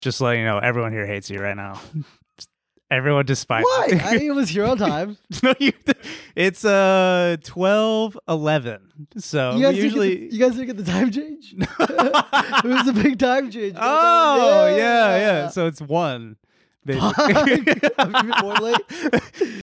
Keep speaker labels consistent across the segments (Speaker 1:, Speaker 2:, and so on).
Speaker 1: Just letting you know, everyone here hates you right now. Everyone despises.
Speaker 2: Why? I, it was your time.
Speaker 1: no, you, it's uh 12 11. So
Speaker 2: You guys
Speaker 1: usually
Speaker 2: didn't get the, you guys didn't get the time change. it was a big time change.
Speaker 1: Oh, yeah. yeah, So it's 1. basically.
Speaker 2: I'm even more late.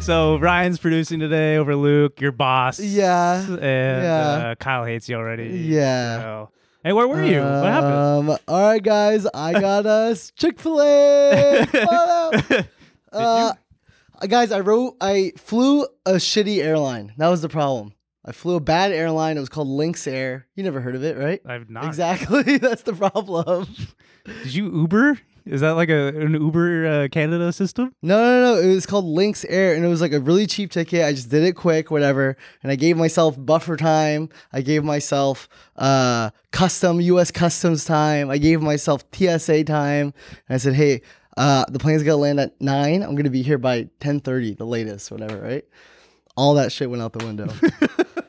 Speaker 1: so Ryan's producing today over Luke, your boss.
Speaker 2: Yeah,
Speaker 1: And
Speaker 2: yeah.
Speaker 1: Uh, Kyle hates you already.
Speaker 2: Yeah.
Speaker 1: So- Hey, where were you? What happened?
Speaker 2: Um, all right, guys. I got us Chick Fil A. Uh, guys, I wrote. I flew a shitty airline. That was the problem. I flew a bad airline. It was called Lynx Air. You never heard of it, right?
Speaker 1: I've not.
Speaker 2: Exactly. That's the problem.
Speaker 1: Did you Uber? Is that like a an Uber uh, Canada system?
Speaker 2: No, no, no. It was called Lynx Air, and it was like a really cheap ticket. I just did it quick, whatever. And I gave myself buffer time. I gave myself uh, custom U.S. customs time. I gave myself TSA time. And I said, hey, uh, the plane's gonna land at nine. I'm gonna be here by ten thirty, the latest, whatever, right? All that shit went out the window.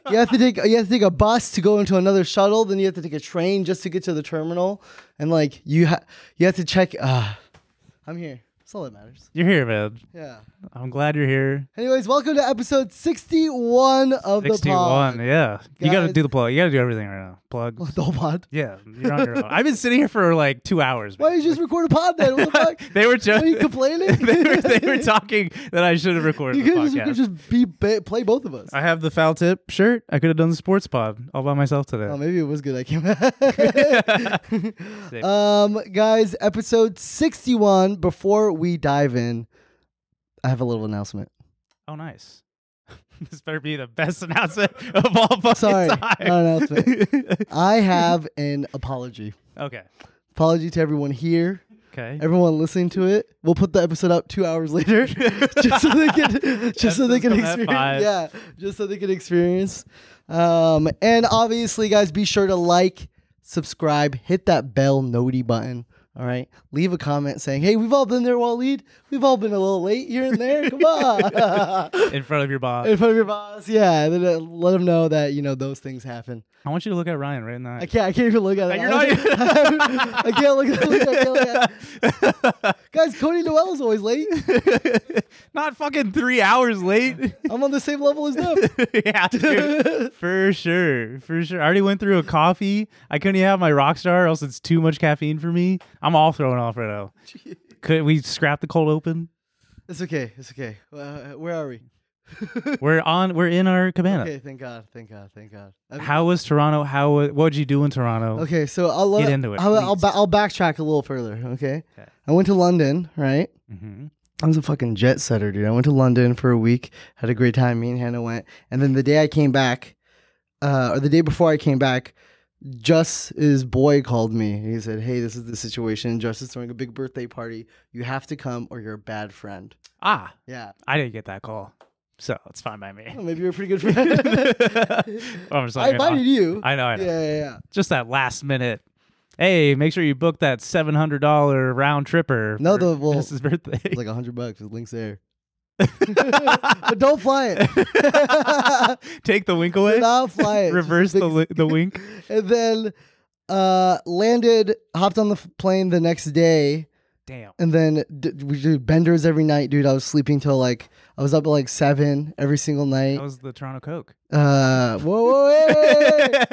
Speaker 2: you have to take you have to take a bus to go into another shuttle. Then you have to take a train just to get to the terminal, and like you ha- you have to check. Uh, I'm here. That's all that matters.
Speaker 1: You're here, man.
Speaker 2: Yeah.
Speaker 1: I'm glad you're here.
Speaker 2: Anyways, welcome to episode 61 of the pod.
Speaker 1: 61. Yeah. You got to
Speaker 2: Guys-
Speaker 1: do the plug. You got to do everything right now. Plug.
Speaker 2: The whole pod.
Speaker 1: Yeah. You're on your own. I've been sitting here for like two hours.
Speaker 2: Why
Speaker 1: man.
Speaker 2: did you just record a pod then? What the fuck?
Speaker 1: they were
Speaker 2: Are you
Speaker 1: joking.
Speaker 2: complaining?
Speaker 1: they, were, they were talking that I should have recorded
Speaker 2: you
Speaker 1: the
Speaker 2: could just, you
Speaker 1: podcast.
Speaker 2: could just be, ba- play both of us.
Speaker 1: I have the foul tip shirt. I could have done the sports pod all by myself today.
Speaker 2: Oh, maybe it was good I came back. um, guys, episode 61. Before we dive in, I have a little announcement.
Speaker 1: oh, nice. this better be the best announcement of all fucking
Speaker 2: Sorry,
Speaker 1: time.
Speaker 2: not announcement. I have an apology.
Speaker 1: okay.
Speaker 2: Apology to everyone here.
Speaker 1: Okay.
Speaker 2: everyone listening to it. We'll put the episode out two hours later, just so they can, just so they can
Speaker 1: Episode's coming
Speaker 2: experience.
Speaker 1: at five.
Speaker 2: Yeah, just so they can experience. Um, and obviously, guys, be sure to like, subscribe, hit that bell noty button. All right, leave a comment saying, "Hey, we've all been there, Waleed. We've all been a little late here and there. Come on."
Speaker 1: In front of your boss.
Speaker 2: In front of your boss, yeah. Then uh, let them know that you know those things happen.
Speaker 1: I want you to look at Ryan right now.
Speaker 2: I can't. I can't even look at it.
Speaker 1: You're not even-
Speaker 2: I can't look at it. I can't look at it. Guys, Cody Noel is always late.
Speaker 1: Not fucking three hours late.
Speaker 2: I'm on the same level as them.
Speaker 1: yeah, dude. For sure. For sure. I already went through a coffee. I couldn't even have my Rockstar, or else it's too much caffeine for me. I'm all thrown off right now. Could we scrap the cold open?
Speaker 2: It's okay. It's okay. Uh, where are we?
Speaker 1: We're on. We're in our cabana.
Speaker 2: Okay. Thank God. Thank God. Thank God. I mean-
Speaker 1: How was Toronto? How wa- what would you do in Toronto?
Speaker 2: Okay. So I'll let,
Speaker 1: Get into it,
Speaker 2: I'll, I'll,
Speaker 1: please.
Speaker 2: ba- I'll backtrack a little further. Okay?
Speaker 1: Okay.
Speaker 2: I went to London. Right.
Speaker 1: Mhm.
Speaker 2: I was a fucking jet setter, dude. I went to London for a week, had a great time. Me and Hannah went, and then the day I came back, uh, or the day before I came back, Just's boy called me. He said, "Hey, this is the situation. Just is throwing a big birthday party. You have to come, or you're a bad friend."
Speaker 1: Ah,
Speaker 2: Yeah,
Speaker 1: I didn't get that call, so it's fine by me.
Speaker 2: well, maybe you're a pretty good friend.
Speaker 1: I'm just
Speaker 2: I
Speaker 1: like,
Speaker 2: invited you.
Speaker 1: I know, I know.
Speaker 2: Yeah, yeah, yeah.
Speaker 1: Just that last minute. Hey, make sure you book that seven hundred dollar round tripper.
Speaker 2: No,
Speaker 1: for
Speaker 2: the- well,
Speaker 1: Mrs. birthday.
Speaker 2: It's like a hundred bucks. It links there. but don't fly it.
Speaker 1: Take the wink away.
Speaker 2: Do not fly it. Just
Speaker 1: Reverse the
Speaker 2: fix-
Speaker 1: li- the wink.
Speaker 2: and then uh landed hopped on the f- plane the next day
Speaker 1: Damn.
Speaker 2: And then d- we do benders every night, dude. I was sleeping till like I was up at like seven every single night.
Speaker 1: That was the Toronto Coke.
Speaker 2: Uh, whoa, whoa, hey, hey,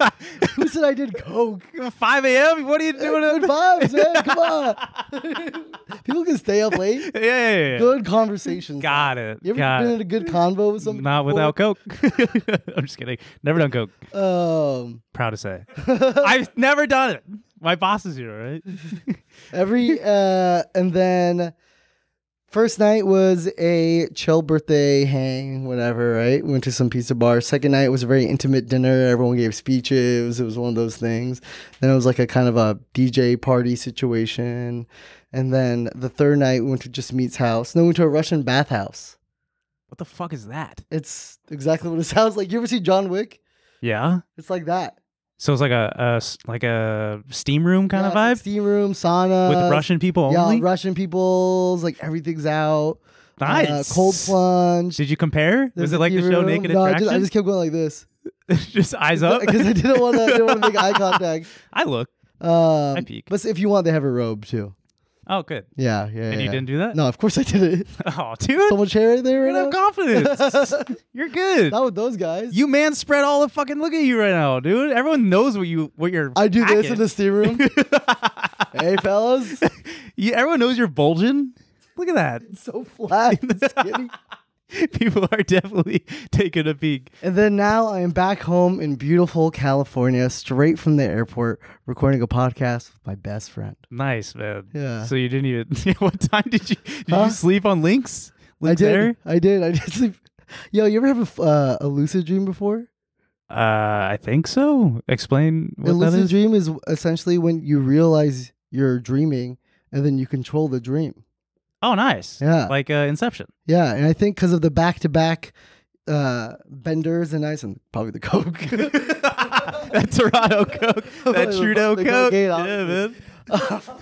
Speaker 2: hey. who said I did
Speaker 1: Oh,
Speaker 2: coke?
Speaker 1: 5 a.m. What are you doing?
Speaker 2: Good
Speaker 1: at-
Speaker 2: vibes, man. Come on. People can stay up late.
Speaker 1: yeah, yeah, yeah.
Speaker 2: Good conversations.
Speaker 1: Got it.
Speaker 2: You ever
Speaker 1: Got
Speaker 2: been
Speaker 1: it.
Speaker 2: in a good convo with somebody?
Speaker 1: Not without Coke. I'm just kidding. Never done Coke.
Speaker 2: Um,
Speaker 1: Proud to say. I've never done it. My boss is here, right?
Speaker 2: every uh, and then first night was a chill birthday hang, whatever. Right, we went to some pizza bar. Second night was a very intimate dinner. Everyone gave speeches. It was one of those things. Then it was like a kind of a DJ party situation. And then the third night we went to just meet's house. Then we went to a Russian bathhouse.
Speaker 1: What the fuck is that?
Speaker 2: It's exactly what it sounds like. You ever see John Wick?
Speaker 1: Yeah.
Speaker 2: It's like that
Speaker 1: So it's like a, a s- like a steam room kind
Speaker 2: Yeah,
Speaker 1: of
Speaker 2: it's like
Speaker 1: vibe
Speaker 2: steam room, sauna
Speaker 1: with Russian people
Speaker 2: Yeah, uh,
Speaker 1: only.
Speaker 2: Russian people's like everything's out. Uh,
Speaker 1: nice.
Speaker 2: cold plunge.
Speaker 1: Did you compare?
Speaker 2: There's
Speaker 1: Was
Speaker 2: a
Speaker 1: it like the
Speaker 2: fever
Speaker 1: show
Speaker 2: room.
Speaker 1: Naked
Speaker 2: no, I
Speaker 1: Attraction?
Speaker 2: just, I just kept going like this
Speaker 1: just, eyes up.
Speaker 2: because I didn't want to. didn't want to make eye contact.
Speaker 1: I look.
Speaker 2: Um,
Speaker 1: peek.
Speaker 2: But if you want, they have a robe too.
Speaker 1: Oh, good.
Speaker 2: Yeah, yeah.
Speaker 1: And
Speaker 2: yeah.
Speaker 1: you didn't do that?
Speaker 2: No, of course I didn't.
Speaker 1: Oh, dude.
Speaker 2: Someone share it there.
Speaker 1: you're
Speaker 2: Right
Speaker 1: gonna
Speaker 2: now?
Speaker 1: have confidence. you're good.
Speaker 2: Not with those guys.
Speaker 1: You man spread all the fucking look at you right now, dude. Everyone knows what you what you're.
Speaker 2: I do this
Speaker 1: packing.
Speaker 2: in the steam room. hey, fellas,
Speaker 1: You, everyone knows you're bulging. Look at that.
Speaker 2: so flat, and skinny.
Speaker 1: People are definitely taking a peek.
Speaker 2: And then now I am back home in beautiful California, straight from the airport, recording a podcast with my best friend.
Speaker 1: Nice, man.
Speaker 2: Yeah.
Speaker 1: So you didn't even. what time did you did
Speaker 2: Huh?
Speaker 1: you sleep on links?
Speaker 2: I
Speaker 1: Links
Speaker 2: did.
Speaker 1: Air?
Speaker 2: I did. I did sleep. Yo, you ever have a, f- uh, a lucid dream before?
Speaker 1: Uh, I think so. Explain what
Speaker 2: a
Speaker 1: that
Speaker 2: lucid
Speaker 1: is.
Speaker 2: dream is essentially when you realize you're dreaming and then you control the dream.
Speaker 1: Oh, nice.
Speaker 2: Yeah.
Speaker 1: Like uh, Inception.
Speaker 2: Yeah, and I think because of the back to back benders and ice and probably the coke.
Speaker 1: that Toronto Coke. That
Speaker 2: The-
Speaker 1: Trudeau
Speaker 2: the
Speaker 1: Coke.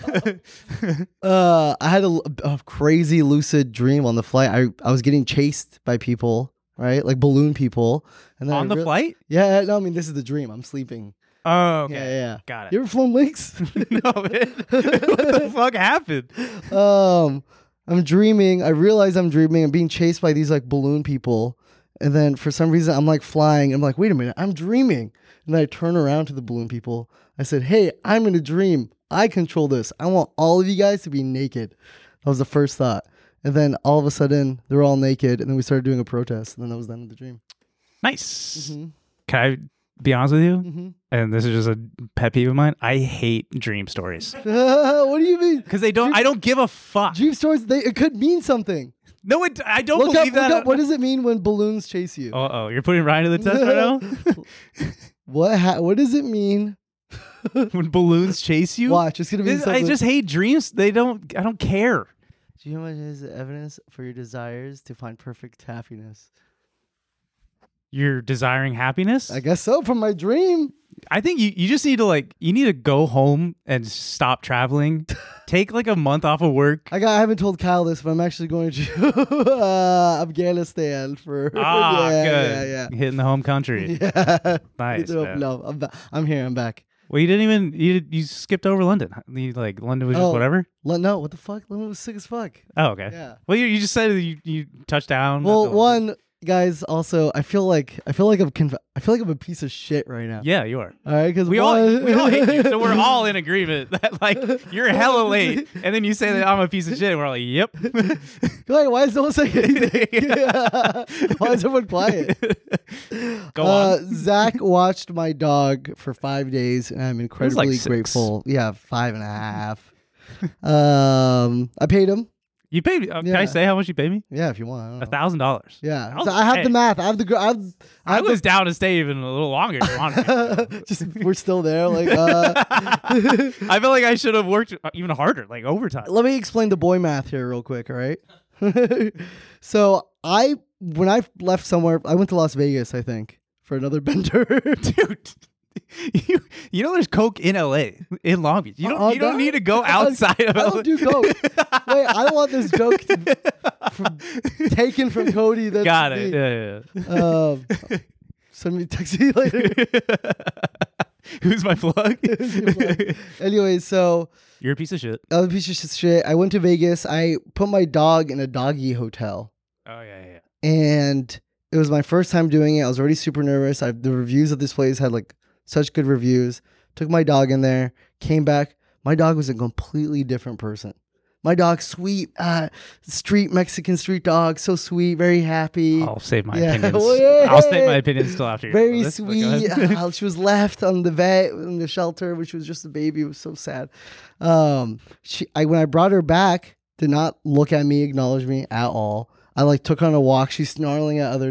Speaker 2: cocaine,
Speaker 1: yeah, man.
Speaker 2: uh, I had a, l- a crazy lucid dream on the flight. I I was getting chased by people, right? Like balloon people. And then I
Speaker 1: on the
Speaker 2: real-
Speaker 1: flight.
Speaker 2: Yeah, no, I mean this is the dream. I'm sleeping.
Speaker 1: Oh, okay.
Speaker 2: Yeah, yeah.
Speaker 1: Got it.
Speaker 2: You ever flown links?
Speaker 1: no, man. what the fuck happened?
Speaker 2: um, I'm dreaming. I realize I'm dreaming. I'm being chased by these like balloon people. And then for some reason, I'm like flying. I'm like, wait a minute, I'm dreaming. And then I turn around to the balloon people. I said, hey, I'm in a dream. I control this. I want all of you guys to be naked. That was the first thought. And then all of a sudden, they're all naked. And then we started doing a protest. And then that was the end of the dream.
Speaker 1: Nice.
Speaker 2: Mhm.
Speaker 1: Can I be honest with you?
Speaker 2: Mhm.
Speaker 1: And this is just a pet peeve of mine. I hate dream stories
Speaker 2: what do you mean?
Speaker 1: because they don't. I don't give a fuck.
Speaker 2: Dream stories, they, it could mean something.
Speaker 1: No, it. I don't
Speaker 2: Look up,
Speaker 1: believe
Speaker 2: look up.
Speaker 1: that.
Speaker 2: What does it mean when balloons chase you?
Speaker 1: Uh oh, you're putting Ryan to the test right
Speaker 2: What ha- what does it mean?
Speaker 1: now. when balloons chase you,
Speaker 2: Watch, it's gonna be
Speaker 1: This- I
Speaker 2: something-
Speaker 1: just hate dreams. They don't. I don't care.
Speaker 2: Do you know what is evidence for your desires to find perfect happiness?
Speaker 1: You're desiring happiness.
Speaker 2: I guess so. From my dream,
Speaker 1: I think you, you just need to like you need to go home and stop traveling. Take like a month off of work.
Speaker 2: I got. I haven't told Kyle this, but I'm actually going to uh, Afghanistan for.
Speaker 1: Ah,
Speaker 2: yeah,
Speaker 1: good.
Speaker 2: Yeah,
Speaker 1: Hitting the home country.
Speaker 2: yeah, yeah.
Speaker 1: Nice. man.
Speaker 2: no, I'm, ba- I'm here. I'm back.
Speaker 1: Well, you didn't even you you skipped over London. You, like London was just
Speaker 2: Oh.
Speaker 1: whatever.
Speaker 2: Lo- no, what the fuck? London was sick as fuck.
Speaker 1: Oh, okay.
Speaker 2: Yeah.
Speaker 1: Well, you, you just said that you you touched down.
Speaker 2: Well,
Speaker 1: That's all.
Speaker 2: one guys. Also, I feel like I feel like I'm conf- I feel like I'm a piece of shit right now.
Speaker 1: Yeah, you are.
Speaker 2: All right, because
Speaker 1: We all we all hate you, so we're all in agreement that like you're hella late, and then you say that I'm a piece of shit. And we're all like, yep.
Speaker 2: Like, why is no one saying anything? why is everyone quiet?
Speaker 1: Go
Speaker 2: Uh,
Speaker 1: on.
Speaker 2: Zach watched my dog for five days, and I'm incredibly
Speaker 1: six.
Speaker 2: grateful. Yeah, five and a half. um, I paid him.
Speaker 1: You paid me. Uh, Can
Speaker 2: yeah.
Speaker 1: I say how much you paid me?
Speaker 2: Yeah, if you want. I don't
Speaker 1: A
Speaker 2: know.
Speaker 1: thousand dollars.
Speaker 2: Yeah,
Speaker 1: I'll
Speaker 2: so I have the
Speaker 1: pay.
Speaker 2: math. I have the. gr- I have, I
Speaker 1: I
Speaker 2: have
Speaker 1: was down to stay even a little longer. if you wanted me.
Speaker 2: the, just we're still there. Like, uh,
Speaker 1: I feel like I should have worked uh, even harder, like overtime.
Speaker 2: let me explain the boy math here real quick. All right. so I when I left somewhere, I went to Las Vegas. I think for another bender.
Speaker 1: dude. You, you know there's coke in LA in Long Beach. You don't
Speaker 2: Uh,
Speaker 1: you don't
Speaker 2: that-
Speaker 1: need to go outside of
Speaker 2: I
Speaker 1: LA.
Speaker 2: don't do coke. Wait, I don't want this joke to, from, taken from Cody. That's
Speaker 1: Got
Speaker 2: me.
Speaker 1: it. Yeah, yeah, yeah.
Speaker 2: Um, send me text me later.
Speaker 1: Who's my plug?
Speaker 2: anyway, so
Speaker 1: You're a piece of shit.
Speaker 2: other piece of shit. I went to Vegas. I put my dog in a doggy hotel.
Speaker 1: Oh yeah, yeah.
Speaker 2: and it was my first time doing it. I was already super nervous. I, the reviews of this place had like such good reviews. Took my dog in there, came back. My dog was a completely different person. My dog, sweet uh, street Mexican street dog, so sweet, very happy,
Speaker 1: I'll save my
Speaker 2: Yeah.
Speaker 1: opinions.
Speaker 2: Well,
Speaker 1: I'll save my
Speaker 2: hey.
Speaker 1: opinions till after. you're done
Speaker 2: very
Speaker 1: with this, but go
Speaker 2: sweet.
Speaker 1: ahead.
Speaker 2: Ah, she was left on the vet in the shelter when she was just a baby. It was so sad. Um, she, I when I brought her back, did not look at me, acknowledge me at all. I like took her on a walk. She's snarling at other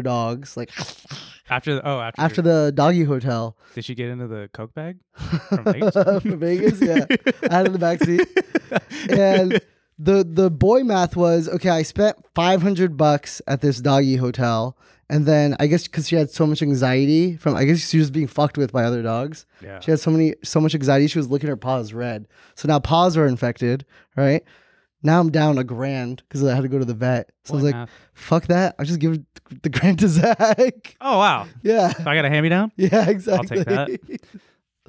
Speaker 2: dogs, like
Speaker 1: after the, oh after,
Speaker 2: after the doggy hotel
Speaker 1: did she get into the coke bag from Vegas?
Speaker 2: from Vegas. Yeah, out of the backseat, and the the boy math was okay. I spent five hundred bucks at this doggy hotel, and then I guess because she had so much anxiety from, I guess she was being fucked with by other dogs.
Speaker 1: Yeah.
Speaker 2: She had so many so much anxiety. She was licking her paws red. So now paws are infected, right? Now I'm down a grand because I had to go to the vet.
Speaker 1: Boy
Speaker 2: So I was like,
Speaker 1: math.
Speaker 2: fuck that. I'll just give the grand to Zach.
Speaker 1: Oh wow!
Speaker 2: yeah.
Speaker 1: So I got a hand me down.
Speaker 2: Yeah, exactly.
Speaker 1: that.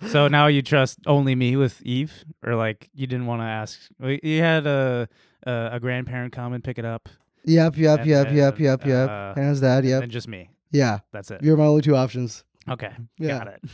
Speaker 1: So now you trust only me with Eve, or like you didn't want to ask. well, You had a a, a grandparent come and pick it up,
Speaker 2: Yep, yep,
Speaker 1: And
Speaker 2: yep,
Speaker 1: then,
Speaker 2: yep, yep, yep.
Speaker 1: uh,
Speaker 2: Parents, dad,
Speaker 1: and
Speaker 2: yep.
Speaker 1: then just me.
Speaker 2: Yeah,
Speaker 1: That's it.
Speaker 2: you're my only two options.
Speaker 1: Okay,
Speaker 2: Yeah.
Speaker 1: got it.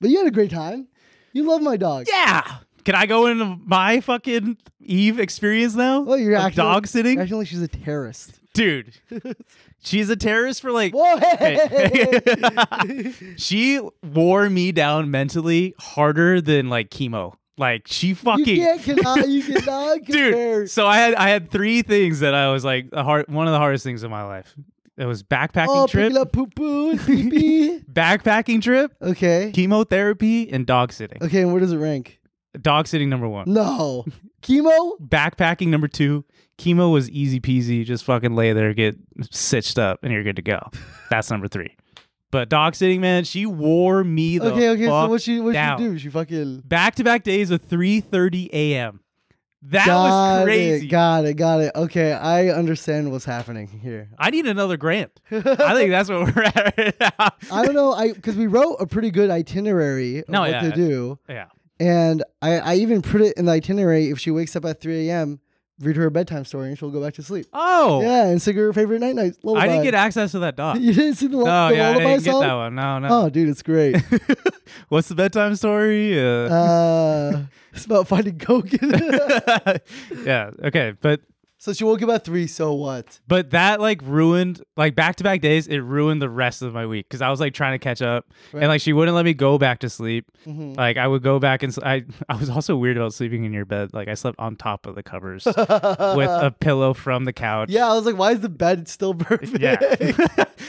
Speaker 2: But you had a great time. You love my dog.
Speaker 1: Yeah. Can I go into my fucking Eve experience now?
Speaker 2: Well, you're
Speaker 1: Of
Speaker 2: acting
Speaker 1: dog sitting,
Speaker 2: Acting like she's a terrorist.
Speaker 1: dude. She's a terrorist for like.
Speaker 2: Whoa!
Speaker 1: Okay. she wore me down mentally harder than like chemo. Like she
Speaker 2: you
Speaker 1: fucking
Speaker 2: can't cannot you cannot compare.
Speaker 1: dude. So I had I had three things that I was like the hard, one of the hardest things in my life. It was backpacking
Speaker 2: oh,
Speaker 1: trip,
Speaker 2: picking up poo poo and pee pee.
Speaker 1: backpacking trip,
Speaker 2: Okay.
Speaker 1: chemotherapy, and dog sitting.
Speaker 2: Okay, and where does it rank?
Speaker 1: Dog sitting number one.
Speaker 2: No. Chemo?
Speaker 1: Backpacking number two. Chemo was easy peasy. Just fucking lay there, get stitched up, and you're good to go. That's number three. But dog sitting, man, she wore me the
Speaker 2: Okay, okay. So
Speaker 1: fuck
Speaker 2: what she what
Speaker 1: down.
Speaker 2: she do? She fucking
Speaker 1: back to back days of 3:30 a.m. That
Speaker 2: got
Speaker 1: was crazy.
Speaker 2: It, got it, got it. Okay, I understand what's happening here.
Speaker 1: I need another grant. I think that's what we're at right now.
Speaker 2: I don't know, I because we wrote a pretty good itinerary of
Speaker 1: No,
Speaker 2: what
Speaker 1: yeah.
Speaker 2: to do,
Speaker 1: yeah.
Speaker 2: and I, I even put it in the itinerary. If she wakes up at three a.m., read her a bedtime story, and she'll go back to sleep.
Speaker 1: Oh.
Speaker 2: Yeah, and sing her favorite night night lullaby.
Speaker 1: I didn't get access to that dog.
Speaker 2: You didn't see the, lu-
Speaker 1: No,
Speaker 2: the
Speaker 1: yeah, I
Speaker 2: lullaby
Speaker 1: didn't
Speaker 2: song?
Speaker 1: get that one. No, no.
Speaker 2: Oh, dude, it's great.
Speaker 1: What's the bedtime story? Uh,
Speaker 2: uh, it's about finding Gokin.
Speaker 1: yeah. Okay, but
Speaker 2: so she woke up at three. So what?
Speaker 1: but that like ruined like back to back days. It ruined the rest of my week because I was like trying to catch up, and like she wouldn't let me go back to sleep.
Speaker 2: Mm-hmm.
Speaker 1: Like I would go back and s- I I was also weird about sleeping in your bed. Like I slept on top of the covers with a pillow from the couch.
Speaker 2: Yeah, I was like, why is the bed still perfect?
Speaker 1: Yeah.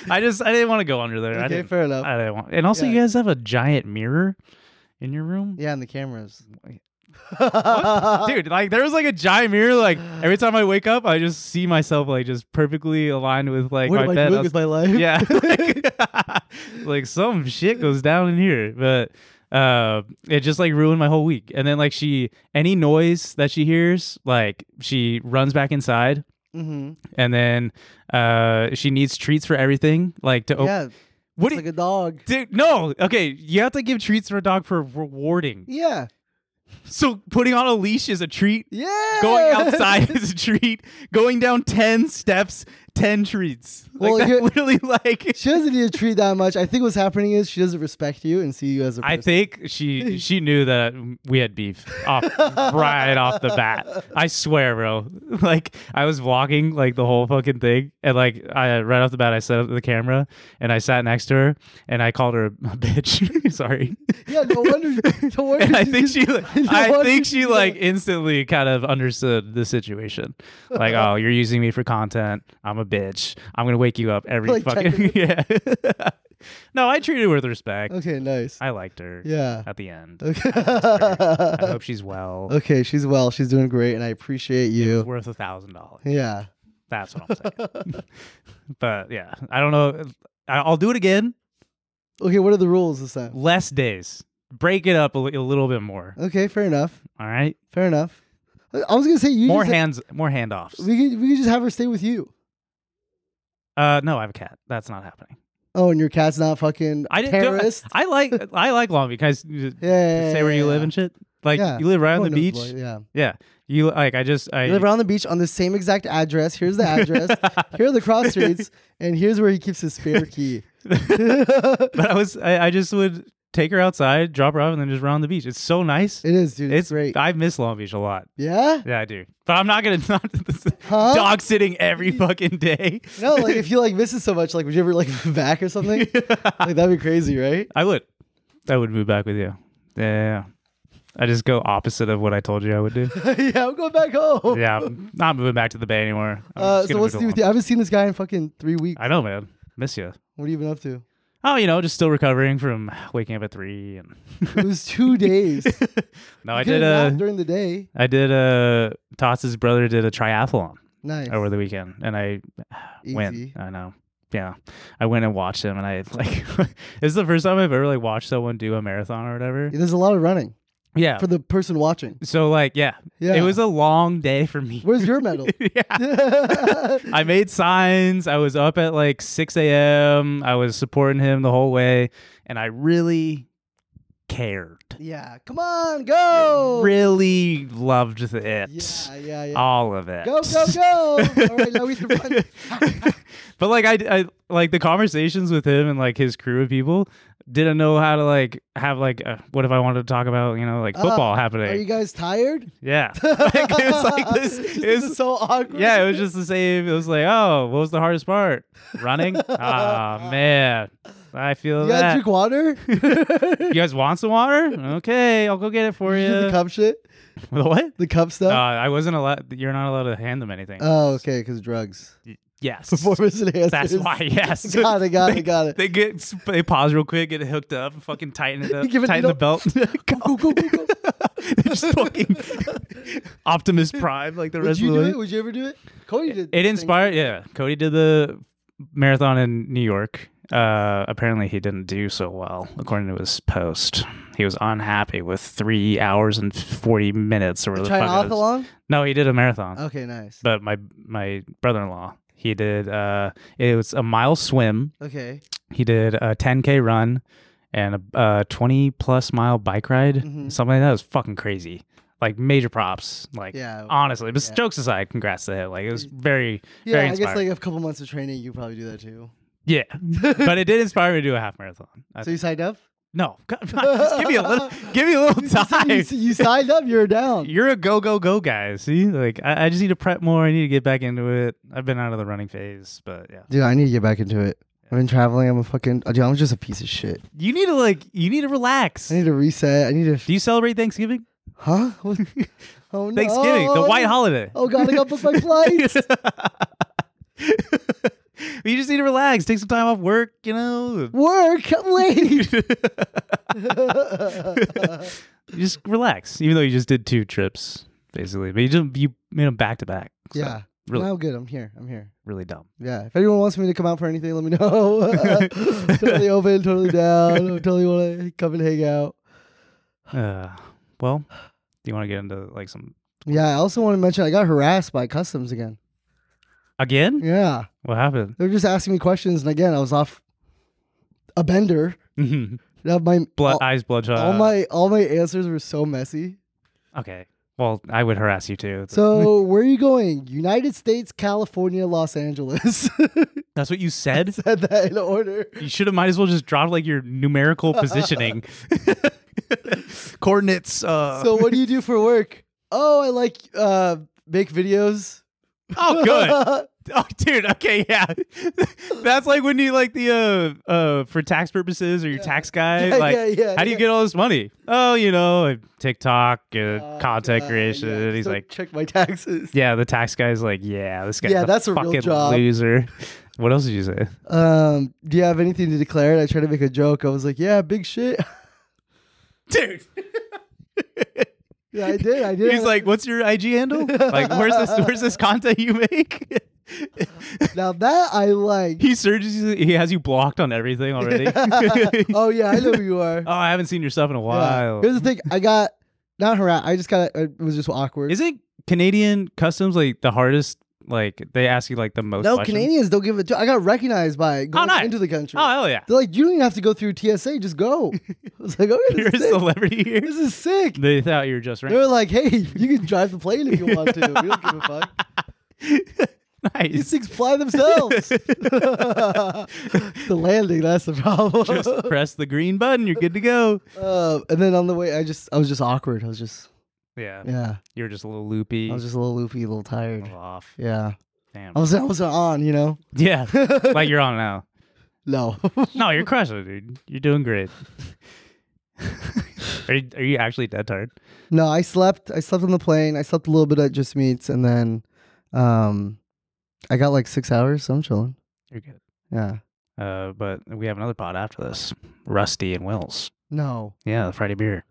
Speaker 1: I just I didn't want to go under there. I
Speaker 2: Okay,
Speaker 1: didn't,
Speaker 2: fair enough.
Speaker 1: I didn't want. And also,
Speaker 2: Yeah.
Speaker 1: you guys have a giant mirror in your room,
Speaker 2: yeah, and the cameras.
Speaker 1: dude. Like there was like a giant mirror. Like every time I wake up, I just see myself like just perfectly aligned with like
Speaker 2: what
Speaker 1: my
Speaker 2: am I
Speaker 1: bed.
Speaker 2: doing
Speaker 1: I was-
Speaker 2: with my life?
Speaker 1: yeah, like, like some shit goes down in here, but uh it just like ruined my whole week and then like she any noise that she hears like she runs back inside
Speaker 2: Mm-hmm.
Speaker 1: and then uh she needs treats for everything like to open
Speaker 2: Yeah,
Speaker 1: Oh. what
Speaker 2: it's
Speaker 1: do
Speaker 2: like a dog.
Speaker 1: Dude, no. Okay, you have to give treats for a dog for rewarding.
Speaker 2: Yeah,
Speaker 1: So putting on a leash is a treat.
Speaker 2: yeah.
Speaker 1: Going outside is a treat. Going down ten steps, ten treats. Like
Speaker 2: Well,
Speaker 1: that's
Speaker 2: here-
Speaker 1: literally like.
Speaker 2: she doesn't need a treat that much. I think what's happening is she doesn't respect you and see you as a
Speaker 1: I
Speaker 2: person.
Speaker 1: think she she knew that we had beef off right off the bat. I swear, bro. Like I was vlogging like the whole fucking thing, and like I right off the bat, I set up the camera and I sat next to her and I called her a bitch. Sorry.
Speaker 2: yeah, no wonder. No wonder.
Speaker 1: and I
Speaker 2: she-
Speaker 1: think she,
Speaker 2: no
Speaker 1: I
Speaker 2: wonder
Speaker 1: think she
Speaker 2: did
Speaker 1: like
Speaker 2: that.
Speaker 1: instantly kind of understood the situation. Like, oh, you're using me for content. I'm a bitch. I'm gonna wake you up every
Speaker 2: Like,
Speaker 1: fucking yeah. no, I treated her with respect.
Speaker 2: Okay, nice.
Speaker 1: I liked her.
Speaker 2: Yeah.
Speaker 1: At the end. I
Speaker 2: Okay.
Speaker 1: hope she's well.
Speaker 2: okay, she's well. She's doing great, and I appreciate
Speaker 1: It's
Speaker 2: you.
Speaker 1: worth a thousand dollars.
Speaker 2: Yeah.
Speaker 1: That's what I'm saying. but yeah, I don't know. I- I'll do it again.
Speaker 2: Okay, what are the rules this time?
Speaker 1: Less days. Break it up a li- a little bit more.
Speaker 2: Okay, fair enough.
Speaker 1: All right.
Speaker 2: Fair enough. I was gonna say you
Speaker 1: More
Speaker 2: Uh, just,
Speaker 1: hands. More handoffs.
Speaker 2: We could we could just have her stay with you.
Speaker 1: Uh, no, I have a cat. That's not happening.
Speaker 2: Oh, and your cat's not fucking
Speaker 1: I didn't. don't-
Speaker 2: terrorist.
Speaker 1: I like. I like Long Beach. Guys, you just
Speaker 2: Yeah, yeah, yeah,
Speaker 1: say where
Speaker 2: yeah,
Speaker 1: you live
Speaker 2: yeah.
Speaker 1: and shit. Like
Speaker 2: Yeah.
Speaker 1: you live right on the
Speaker 2: Everyone knows
Speaker 1: beach.
Speaker 2: Lloyd, Yeah.
Speaker 1: Yeah. You like. I just. I
Speaker 2: You live around the beach on the same exact address. Here's the address. Here are the cross streets, and here's where he keeps his spare key. it
Speaker 1: But I was. I, I just would take her outside, drop her off, and then just round the beach. It's so nice.
Speaker 2: is, dude. It's,
Speaker 1: it's
Speaker 2: great.
Speaker 1: I miss Long Beach a lot.
Speaker 2: yeah.
Speaker 1: Yeah, I do. But I'm not gonna not
Speaker 2: Huh?
Speaker 1: dog sitting every fucking day.
Speaker 2: No, like if you like miss it so much, like would you ever like back or something? like that'd be crazy, right?
Speaker 1: I would. I would move back with you. Yeah. I just go opposite of what I told you I would do.
Speaker 2: yeah, I'm going back home.
Speaker 1: yeah, I'm not moving back to the bay anymore. I'm
Speaker 2: Uh,
Speaker 1: just
Speaker 2: so
Speaker 1: gonna
Speaker 2: what's
Speaker 1: move to
Speaker 2: the deal with you? I haven't seen this guy in fucking three weeks.
Speaker 1: Long- I know, man. Miss you.
Speaker 2: What have you been up to?
Speaker 1: Oh, you know, just still recovering from waking up at three. And
Speaker 2: It was two days.
Speaker 1: no, I
Speaker 2: Could have
Speaker 1: did uh,
Speaker 2: napped
Speaker 1: a,
Speaker 2: during the day.
Speaker 1: I did a. Toss's brother did a triathlon
Speaker 2: Nice.
Speaker 1: over the weekend, and I went.
Speaker 2: Easy.
Speaker 1: I know. Yeah, I went and watched him, and I like. it's the first time I've ever like watched someone do a marathon or whatever.
Speaker 2: Yeah, There's a lot of running
Speaker 1: Yeah.
Speaker 2: for the person watching.
Speaker 1: so like, yeah,
Speaker 2: Yeah.
Speaker 1: it was a long day for me.
Speaker 2: Where's your medal?
Speaker 1: yeah. I made signs. I was up at like 6 a.m. I was supporting him the whole way, and I really cared.
Speaker 2: yeah. Come on, go.
Speaker 1: Really loved it.
Speaker 2: Yeah, yeah, yeah.
Speaker 1: All of it.
Speaker 2: Go, go, go. All right, now we can run.
Speaker 1: but like I, I like the conversations with him and like his crew of people didn't know how to like have like uh, what if I wanted to talk about you know like football
Speaker 2: Uh, Are
Speaker 1: happening
Speaker 2: you guys tired?
Speaker 1: yeah like, it was like this
Speaker 2: This
Speaker 1: it
Speaker 2: is
Speaker 1: was
Speaker 2: so awkward.
Speaker 1: yeah, it was just the same. It was like, oh, what was the hardest part? Running? Ah, man. I feel
Speaker 2: You guys
Speaker 1: that.
Speaker 2: drink water?
Speaker 1: you guys want some water? Okay, I'll go get it for you.
Speaker 2: the cup shit?
Speaker 1: The what?
Speaker 2: The cup
Speaker 1: Uh,
Speaker 2: stuff?
Speaker 1: I wasn't allowed. You're not allowed to hand them anything.
Speaker 2: oh, okay, because drugs.
Speaker 1: yes.
Speaker 2: Performance enhancers.
Speaker 1: That's why. Yes.
Speaker 2: Got it, got it, got it.
Speaker 1: They get they pause real quick, get it hooked up, and fucking tighten it up,
Speaker 2: Give it-
Speaker 1: tighten the
Speaker 2: you
Speaker 1: belt.
Speaker 2: Go, go, go, go.
Speaker 1: They just fucking Optimus Prime, like the
Speaker 2: Would
Speaker 1: rest of
Speaker 2: you
Speaker 1: the
Speaker 2: do
Speaker 1: way.
Speaker 2: it? Would you ever do it? Cody did.
Speaker 1: It
Speaker 2: the
Speaker 1: inspired, yeah. Cody did the marathon in New York. Uh, apparently, he didn't do so well, according to his post. He was unhappy with three hours and forty minutes, or
Speaker 2: thing.
Speaker 1: whatever the fuck it was.
Speaker 2: Triathlon?
Speaker 1: No, he did a marathon.
Speaker 2: Okay, nice.
Speaker 1: But my my brother in law, he did. Uh, it was a mile swim.
Speaker 2: Okay.
Speaker 1: He did a ten k run, and a uh, twenty plus mile bike ride.
Speaker 2: Mm-hmm.
Speaker 1: Something like that It was fucking crazy. Like major props. Like
Speaker 2: Yeah.
Speaker 1: honestly, but jokes aside, congrats to him. Like it was very
Speaker 2: Yeah,
Speaker 1: very
Speaker 2: I
Speaker 1: inspiring.
Speaker 2: guess like a couple months of training, you probably do that too.
Speaker 1: Yeah, but it did inspire me to do a half marathon. I,
Speaker 2: So you signed up?
Speaker 1: no, God, just give me a little, give me a little
Speaker 2: You,
Speaker 1: time.
Speaker 2: s- you signed up. You're down.
Speaker 1: You're a go go go guy. See, like I, I just need to prep more. I need to get back into it. I've been out of the running phase, but yeah,
Speaker 2: Dude, I need to get back into it. I've been traveling. I'm a fucking. Dude, I'm just a piece of shit.
Speaker 1: you need to like you need to relax.
Speaker 2: I need to reset. I need to.
Speaker 1: Do you celebrate Thanksgiving?
Speaker 2: huh? What- oh no.
Speaker 1: Thanksgiving, the white holiday.
Speaker 2: Oh god, I got book my flights.
Speaker 1: you just need to relax. Take some time off work. You know,
Speaker 2: Work. I'm late.
Speaker 1: just relax. Even though you just did two trips, basically, but you just you made them back to back. So,
Speaker 2: yeah.
Speaker 1: really-
Speaker 2: No, good. I'm here. I'm here.
Speaker 1: really dumb.
Speaker 2: Yeah. If anyone wants me to come out for anything, let me know. totally open. Totally down. I totally want to come and hang out.
Speaker 1: Uh, well, do you want to get into like some
Speaker 2: Yeah. I also want to mention I got harassed by customs again.
Speaker 1: again?
Speaker 2: Yeah.
Speaker 1: What happened?
Speaker 2: They're just asking me questions, and again, I was off a bender.
Speaker 1: Blood,
Speaker 2: Now my all,
Speaker 1: eyes bloodshot.
Speaker 2: Oh, all my all my answers were so messy.
Speaker 1: okay. Well, I would harass you too.
Speaker 2: So where are you going? United States, California, Los Angeles.
Speaker 1: that's what you said.
Speaker 2: Had that in order.
Speaker 1: You should have might as well just dropped like your numerical positioning, coordinates. Uh...
Speaker 2: So what do you do for work? Oh, I like uh make videos.
Speaker 1: oh, good. Oh, dude. Okay, yeah. That's like when you like the uh uh for tax purposes or your tax guy.
Speaker 2: Yeah,
Speaker 1: like,
Speaker 2: yeah, yeah,
Speaker 1: how do you
Speaker 2: yeah.
Speaker 1: get all this money? Oh, you know, TikTok, uh, content
Speaker 2: Uh,
Speaker 1: creation.
Speaker 2: yeah,
Speaker 1: He's
Speaker 2: so
Speaker 1: like,
Speaker 2: check my taxes.
Speaker 1: Yeah, the tax guy's like, yeah, this guy's
Speaker 2: Yeah,
Speaker 1: a
Speaker 2: that's a real
Speaker 1: fucking
Speaker 2: job.
Speaker 1: loser. What else did you say?
Speaker 2: Um, do you have anything to declare? And I tried to make a joke. I was like, yeah, big shit.
Speaker 1: Dude.
Speaker 2: yeah, I did. I did.
Speaker 1: He's like, "What's your IG handle? Like, where's this? Where's this content you make?"
Speaker 2: now that I like.
Speaker 1: he searches. you- He has you blocked on everything already. oh,
Speaker 2: oh yeah, I know who you are.
Speaker 1: I haven't seen your stuff in a
Speaker 2: Yeah.
Speaker 1: while.
Speaker 2: Here's the thing. I got not harassed. I just got. It was just awkward.
Speaker 1: Isn't Canadian customs like the hardest? Like they ask you like the most.
Speaker 2: no,
Speaker 1: questions?
Speaker 2: Canadians don't give it. I got recognized by going
Speaker 1: nice.
Speaker 2: into the country.
Speaker 1: Oh hell yeah!
Speaker 2: They're like, you don't even have to go through TSA. Just go. I was like, okay,
Speaker 1: You're
Speaker 2: this
Speaker 1: a
Speaker 2: is sick.
Speaker 1: celebrity here.
Speaker 2: This is sick.
Speaker 1: They thought you were just
Speaker 2: They were
Speaker 1: right.
Speaker 2: like, hey, you can drive the plane if you want to. We don't give a fuck. These
Speaker 1: nice.
Speaker 2: things fly themselves. the landing, that's the problem.
Speaker 1: just press the green button. You're good to go.
Speaker 2: Uh, and then on the way, I just, I was just awkward. I was just,
Speaker 1: Yeah.
Speaker 2: yeah,
Speaker 1: You're just a little loopy.
Speaker 2: I was just a little loopy, a little tired.
Speaker 1: off.
Speaker 2: Yeah,
Speaker 1: Damn.
Speaker 2: I was, I was on, you know.
Speaker 1: yeah. like you're on now.
Speaker 2: No,
Speaker 1: No, you're crushing it, dude. You're doing great. are, you, are you actually dead tired?
Speaker 2: no, I slept. I slept on the plane. I slept a little bit at Just Meats, and then, um, I got like six hours, so I'm chilling.
Speaker 1: You're good.
Speaker 2: Yeah.
Speaker 1: Uh, but we have another pod after this. Rusty and Wills.
Speaker 2: No.
Speaker 1: Yeah, the Friday beer.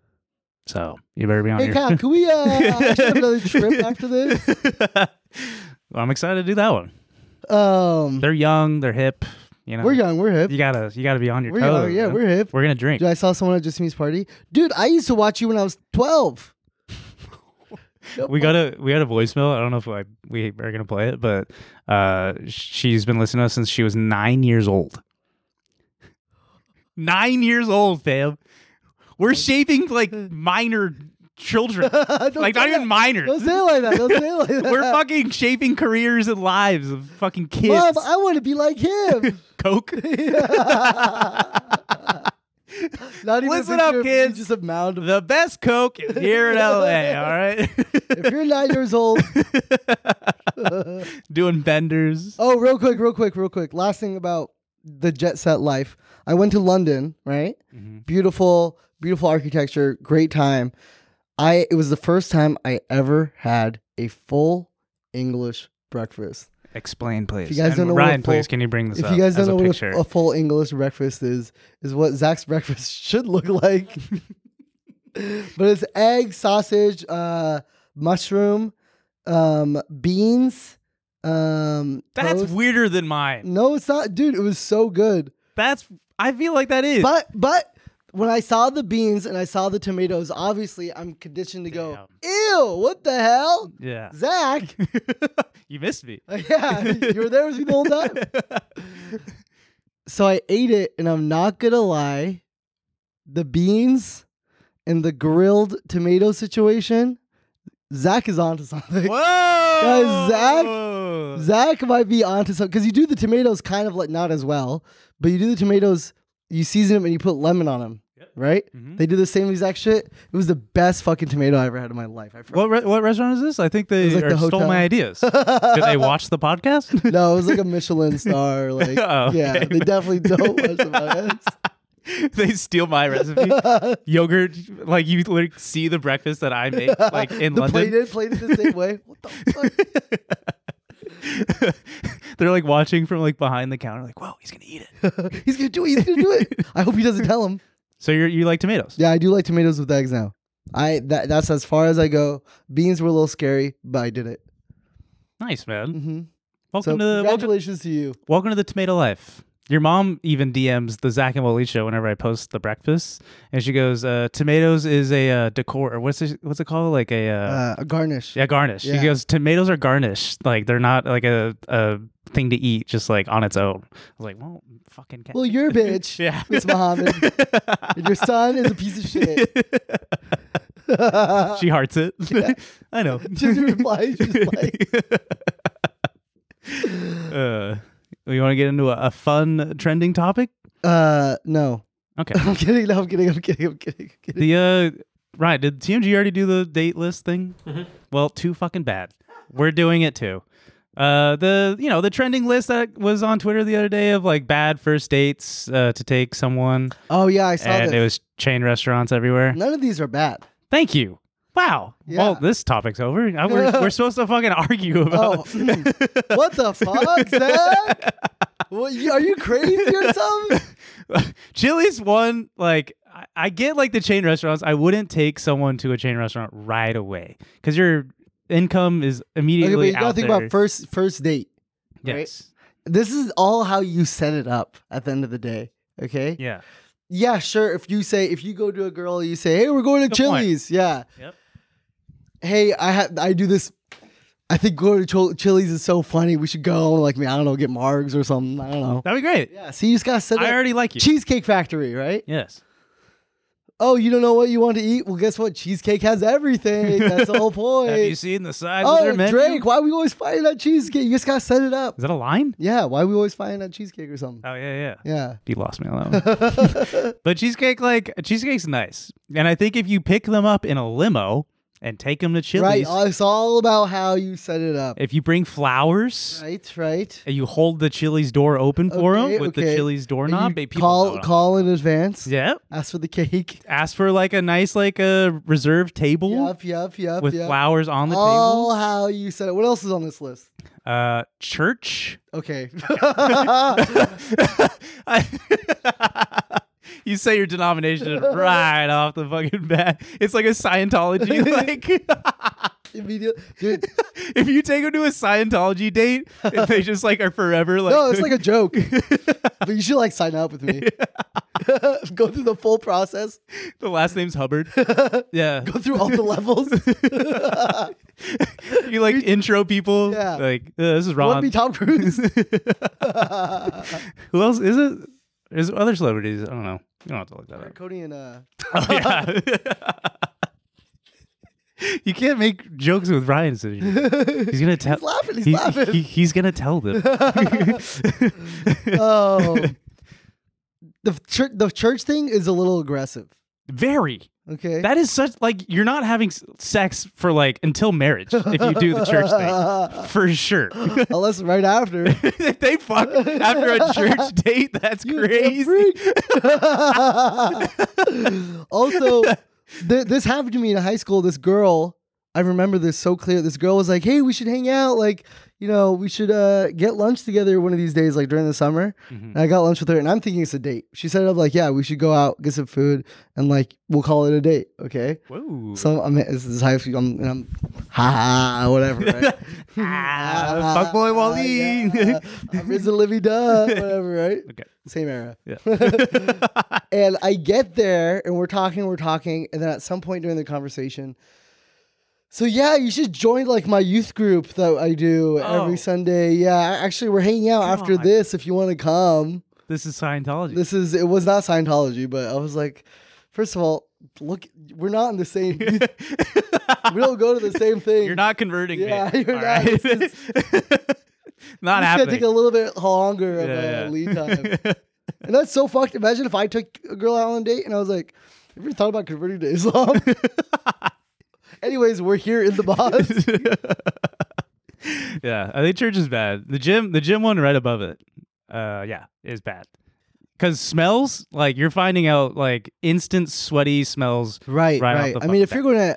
Speaker 1: So you better be on
Speaker 2: Hey,
Speaker 1: your.
Speaker 2: Kyle, can we uh, actually have another trip after this?
Speaker 1: Well, I'm excited to do that one.
Speaker 2: Um,
Speaker 1: They're young. They're hip. You know.
Speaker 2: we're young. We're hip.
Speaker 1: You gotta. You gotta be on your
Speaker 2: We're
Speaker 1: toes.
Speaker 2: young. Yeah,
Speaker 1: man.
Speaker 2: we're hip.
Speaker 1: We're gonna drink.
Speaker 2: Dude, I saw someone at Just Me's party. Dude, I used to watch you when I was 12.
Speaker 1: we got a we had a voicemail. I don't know if I, we are gonna play it, but uh, she's been listening to us since she was nine years old. Nine years old, fam. We're shaping like minor children,
Speaker 2: Don't
Speaker 1: like
Speaker 2: say
Speaker 1: not even
Speaker 2: that.
Speaker 1: minors.
Speaker 2: Don't say it like that. Don't say it like that.
Speaker 1: We're fucking shaping careers and lives of fucking kids.
Speaker 2: Mom, I want to be like him.
Speaker 1: Coke.
Speaker 2: Not even a
Speaker 1: Listen up,
Speaker 2: picture of me,
Speaker 1: kids.
Speaker 2: Just a mound of.
Speaker 1: the best Coke is here in LA. All right,
Speaker 2: If you're nine years old.
Speaker 1: doing benders.
Speaker 2: Oh, real quick, real quick, real quick. Last thing about the jet set life. I went to London, right?
Speaker 1: Mm-hmm.
Speaker 2: Beautiful, beautiful architecture, great time. I it was the first time I ever had a full English breakfast.
Speaker 1: Explain, please.
Speaker 2: If you guys
Speaker 1: And
Speaker 2: don't know what a
Speaker 1: Ryan,
Speaker 2: full-
Speaker 1: please, can you bring this
Speaker 2: if
Speaker 1: up
Speaker 2: you guys don't
Speaker 1: as
Speaker 2: know
Speaker 1: a
Speaker 2: what
Speaker 1: picture?
Speaker 2: a, a full English breakfast is, is what Zach's breakfast should look like. but it's egg, sausage, uh, mushroom, um, beans. Um,
Speaker 1: That's
Speaker 2: toast.
Speaker 1: weirder than mine.
Speaker 2: No, it's not, dude. It was so good.
Speaker 1: That's I feel like that is.
Speaker 2: But but when I saw the beans and I saw the tomatoes, obviously I'm conditioned to go, ew, what the hell,
Speaker 1: yeah.
Speaker 2: Zach?
Speaker 1: you missed me.
Speaker 2: yeah, you were there with me the whole time. So I ate it, and I'm not gonna lie, the beans and the grilled tomato situation, Zach is onto something.
Speaker 1: Whoa.
Speaker 2: Zach- Zach might be onto something because you do the tomatoes kind of like not as well, but you do the tomatoes, you season them and you put lemon on them, right?
Speaker 1: Mm-hmm.
Speaker 2: They do the same exact shit. It was the best fucking tomato I ever had in my life. I forgot.
Speaker 1: What re- what restaurant is this? I think they
Speaker 2: was like
Speaker 1: are-
Speaker 2: the
Speaker 1: stole
Speaker 2: hotel.
Speaker 1: my ideas. Did they watch the podcast?
Speaker 2: No, it was like a Michelin star. Like,
Speaker 1: Oh,
Speaker 2: yeah,
Speaker 1: okay.
Speaker 2: they definitely don't watch the podcast.
Speaker 1: they steal my recipe. Yogurt, like you literally see the breakfast that I make, like in
Speaker 2: The
Speaker 1: London.
Speaker 2: plated, plated the same way. What the fuck?
Speaker 1: They're like watching from like behind the counter, like, whoa, he's gonna eat it.
Speaker 2: He's gonna do it. He's gonna do it. I hope he doesn't tell him.
Speaker 1: So you you like tomatoes?
Speaker 2: Yeah, I do like tomatoes with eggs now. I that that's as far as I go. Beans were a little scary, but I did it.
Speaker 1: Nice man.
Speaker 2: hmm So
Speaker 1: Welcome to the welcome,
Speaker 2: congratulations to you.
Speaker 1: Welcome to the Tomato Life. Your mom even DMs the Zach and Wally show whenever I post the breakfast, and she goes, uh, "Tomatoes is a uh, decor, or what's it, what's it called? Like a uh,
Speaker 2: Uh, a garnish.
Speaker 1: yeah, garnish."
Speaker 2: yeah.
Speaker 1: She goes, "Tomatoes are garnish. Like they're not like a a thing to eat, just like on its own." I was like, "Well, fucking." Cat.
Speaker 2: Well, you're a bitch,
Speaker 1: Yeah.
Speaker 2: Miss Muhammad. and your son is a piece of shit. uh,
Speaker 1: she hearts it. I know.
Speaker 2: Just reply. Just like,
Speaker 1: uh, you want to get into a, a fun trending topic?
Speaker 2: uh, no.
Speaker 1: Okay.
Speaker 2: I'm kidding. No, I'm kidding. I'm kidding. I'm kidding. I'm kidding.
Speaker 1: The uh Ryan, did TMG already do the date list thing?
Speaker 2: Mm-hmm.
Speaker 1: Well, too fucking bad. We're doing it too. Uh, the you know the trending list that was on Twitter the other day of like bad first dates uh, to take someone,
Speaker 2: Oh yeah, I saw
Speaker 1: and
Speaker 2: this.
Speaker 1: it was chain restaurants everywhere.
Speaker 2: None of these are bad.
Speaker 1: Thank you. Wow. Well,
Speaker 2: Yeah.
Speaker 1: this topic's over. I- We're, we're supposed to fucking argue
Speaker 2: Oh,
Speaker 1: about.
Speaker 2: what the fuck, Zach? What, you- are you crazy or something?
Speaker 1: Chili's one, like I, I get like the chain restaurants. I wouldn't take someone to a chain restaurant right away because your income is
Speaker 2: Okay,
Speaker 1: immediately
Speaker 2: but you
Speaker 1: out
Speaker 2: gotta think
Speaker 1: there.
Speaker 2: about first first date.
Speaker 1: yes,
Speaker 2: This is all how you set it up at the end of the day. Okay.
Speaker 1: yeah,
Speaker 2: Yeah, sure. If you say if you go to a girl, you say, "Hey, we're going to
Speaker 1: Good point.
Speaker 2: Chili's." Yeah.
Speaker 1: Yep.
Speaker 2: Hey, I had I do this. I think going to Ch- Chili's is so funny. We should go. Like me, I don't know, get margs or something. I don't know.
Speaker 1: that'd be great.
Speaker 2: Yeah. So you just gotta set.
Speaker 1: I
Speaker 2: up-
Speaker 1: already like you.
Speaker 2: Cheesecake Factory, right?
Speaker 1: yes,
Speaker 2: Oh, you don't know what you want to eat? Well, guess what? Cheesecake has everything. That's the whole point.
Speaker 1: have you seen the size of
Speaker 2: oh,
Speaker 1: their menu?
Speaker 2: Drake, why we always fighting on cheesecake? You just gotta set it up.
Speaker 1: Is that a line?
Speaker 2: Yeah, why we always fighting on cheesecake or something?
Speaker 1: Oh yeah, yeah.
Speaker 2: Yeah.
Speaker 1: You lost me on that one. but cheesecake, like cheesecake's nice, and I think if you pick them up in a limo and take them to
Speaker 2: Right.
Speaker 1: Chili's,
Speaker 2: It's all about how you set it up.
Speaker 1: if you bring flowers.
Speaker 2: Right, right.
Speaker 1: And you hold the Chili's door open for
Speaker 2: Okay,
Speaker 1: them with the
Speaker 2: okay.
Speaker 1: Chili's doorknob.
Speaker 2: You
Speaker 1: Hey, people
Speaker 2: call
Speaker 1: know.
Speaker 2: call in advance.
Speaker 1: Yeah.
Speaker 2: Ask for the cake.
Speaker 1: Ask for like a nice like a reserved table
Speaker 2: Yup, yup, yup,
Speaker 1: with
Speaker 2: yup.
Speaker 1: flowers on the
Speaker 2: All how you set it. What else is on this list?
Speaker 1: table. Uh church.
Speaker 2: Okay.
Speaker 1: I- you say your denomination right off the fucking bat. It's like a Scientology like
Speaker 2: Immediately. Dude,
Speaker 1: if you take them to a Scientology date, they just like are forever like
Speaker 2: no, it's like a joke. but you should like sign up with me. Go through the full process.
Speaker 1: the last name's Hubbard. yeah.
Speaker 2: Go through all the levels.
Speaker 1: You like intro people.
Speaker 2: Yeah.
Speaker 1: Like uh, this is
Speaker 2: Want to be
Speaker 1: Ron.
Speaker 2: Tom Cruise?
Speaker 1: Who else is it? Is other celebrities? I don't know. You don't have to look that up.
Speaker 2: Cody and uh,
Speaker 1: yeah. you can't make jokes with Ryan. So he's gonna tell.
Speaker 2: He's laughing, he's
Speaker 1: he-
Speaker 2: laughing.
Speaker 1: he- he's gonna tell them.
Speaker 2: oh, the church. The church thing is a little aggressive.
Speaker 1: Very.
Speaker 2: Okay.
Speaker 1: That is such like you're not having s- sex for like until marriage if you do the church thing for sure.
Speaker 2: Unless right after.
Speaker 1: if they fuck after a church date, that's
Speaker 2: You're
Speaker 1: crazy.
Speaker 2: freak. also, th- this happened to me in high school. This girl, I remember this so clear. This girl was like, "Hey, we should hang out. Like, you know, we should uh, get lunch together one of these days, like during the summer." And I got lunch with her, and I'm thinking it's a date. She set it up like, "Yeah, we should go out, get some food, and like we'll call it a date." Okay.
Speaker 1: Whoa.
Speaker 2: So I'm this is high school. I'm, and I'm ha ha whatever. Right?
Speaker 1: ah, fuck boy Wally.
Speaker 2: yeah. I'm RZA, Livy Duh, whatever. Right.
Speaker 1: Okay.
Speaker 2: Same era.
Speaker 1: Yeah.
Speaker 2: And I get there and we're talking, we're talking, and then at some point during the conversation, so yeah, you should join like my youth group that I do
Speaker 1: Oh.
Speaker 2: every Sunday. Yeah, a- actually, we're hanging out after
Speaker 1: God.
Speaker 2: this if you want to come.
Speaker 1: this is Scientology.
Speaker 2: This is it was not Scientology, but I was like, first of all, look, we're not in the same. youth- we don't go to the same thing.
Speaker 1: You're not converting
Speaker 2: Yeah,
Speaker 1: me.
Speaker 2: you're
Speaker 1: all right?
Speaker 2: not.
Speaker 1: not
Speaker 2: It's gonna
Speaker 1: happening.
Speaker 2: take a little bit longer of
Speaker 1: Yeah,
Speaker 2: a
Speaker 1: yeah.
Speaker 2: lead time. and that's so fucked. Imagine if I took a girl out on a date and I was like, "Have you thought about converting to Islam?" Anyways, we're here in the boss.
Speaker 1: yeah, I think church is bad. The gym, the gym one right above it. Uh, yeah, is bad. Cause smells like you're finding out like instant sweaty smells.
Speaker 2: right, right.
Speaker 1: Right off the
Speaker 2: I
Speaker 1: fucking
Speaker 2: mean, if you're going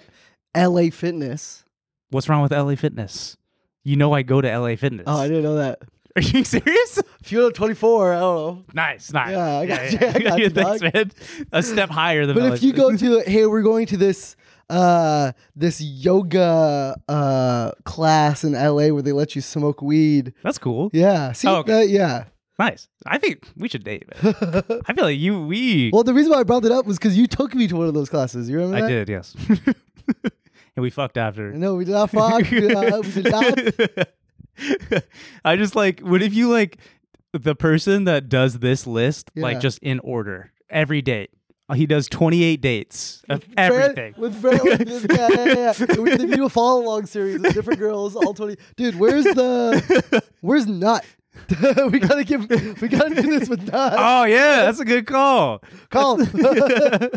Speaker 2: to LA Fitness,
Speaker 1: What's wrong with LA Fitness? You know I go to LA Fitness.
Speaker 2: oh, I didn't know that.
Speaker 1: Are you serious?
Speaker 2: If you're 24, I don't know.
Speaker 1: Nice, nice.
Speaker 2: Yeah, I got you, I got you,
Speaker 1: Thanks,
Speaker 2: dog.
Speaker 1: man. A step higher than.
Speaker 2: But
Speaker 1: LA
Speaker 2: if you go to hey, we're going to this uh this yoga uh class in LA where they let you smoke weed.
Speaker 1: that's cool.
Speaker 2: Yeah. See
Speaker 1: Oh, okay.
Speaker 2: that yeah.
Speaker 1: Nice. I think we should date. Man. I feel like you. We.
Speaker 2: Well, uh, the reason why I brought it up was because you took me to one of those classes. You remember
Speaker 1: I
Speaker 2: that?
Speaker 1: did, yes. and we fucked after.
Speaker 2: No, we did not fuck. we did not. We did not.
Speaker 1: I just like, what if you like the person that does this list,
Speaker 2: Yeah.
Speaker 1: like just in order, every date? He does 28 dates of everything.
Speaker 2: With Fran, with this guy. Yeah, yeah, yeah. We did do a follow along series with different girls, all 20. Dude, where's the. Where's Nut? we gotta give. We gotta do this with Nut.
Speaker 1: Oh, yeah, that's a good call.
Speaker 2: Call him.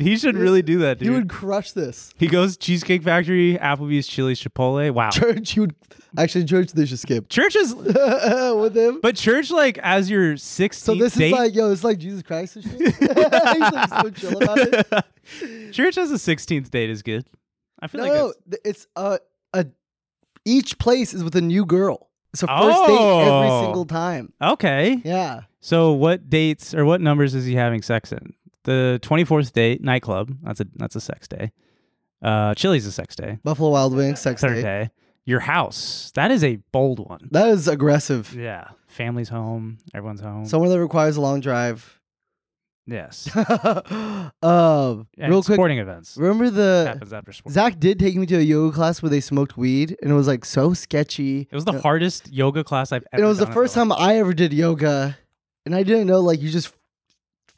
Speaker 1: He should really do that, dude.
Speaker 2: you would crush this.
Speaker 1: He goes Cheesecake Factory, Applebee's, Chili's, Chipotle. Wow.
Speaker 2: Church, you would. Actually, church, they should skip.
Speaker 1: Church is,
Speaker 2: with him.
Speaker 1: but church, like, as your 16th
Speaker 2: so this
Speaker 1: date,
Speaker 2: is like, yo, it's like Jesus Christ and shit. He's like so chill about it.
Speaker 1: church as a 16th date is good. I feel
Speaker 2: No,
Speaker 1: like
Speaker 2: uh,
Speaker 1: that's,
Speaker 2: th- it's a, a each place is with a new girl. It's a first date every
Speaker 1: Oh.
Speaker 2: single time.
Speaker 1: Okay.
Speaker 2: Yeah.
Speaker 1: So what dates or what numbers is he having sex in? The 24th date, nightclub. That's a that's a sex day. Uh Chili's a sex day.
Speaker 2: Buffalo Wild Wings sex
Speaker 1: Third
Speaker 2: date.
Speaker 1: day. Your house. That is a bold one.
Speaker 2: That is aggressive.
Speaker 1: Yeah. Family's home, everyone's home.
Speaker 2: Someone that requires a long drive.
Speaker 1: yes.
Speaker 2: um,
Speaker 1: And
Speaker 2: real quick,
Speaker 1: sporting events.
Speaker 2: remember the
Speaker 1: happens after sports.
Speaker 2: Zach did take me to a yoga class where they smoked weed, and it was like so sketchy.
Speaker 1: it was the hardest yoga class I've ever
Speaker 2: And uh, it was the
Speaker 1: done in my
Speaker 2: first
Speaker 1: life.
Speaker 2: time I ever did yoga, and I didn't know like you just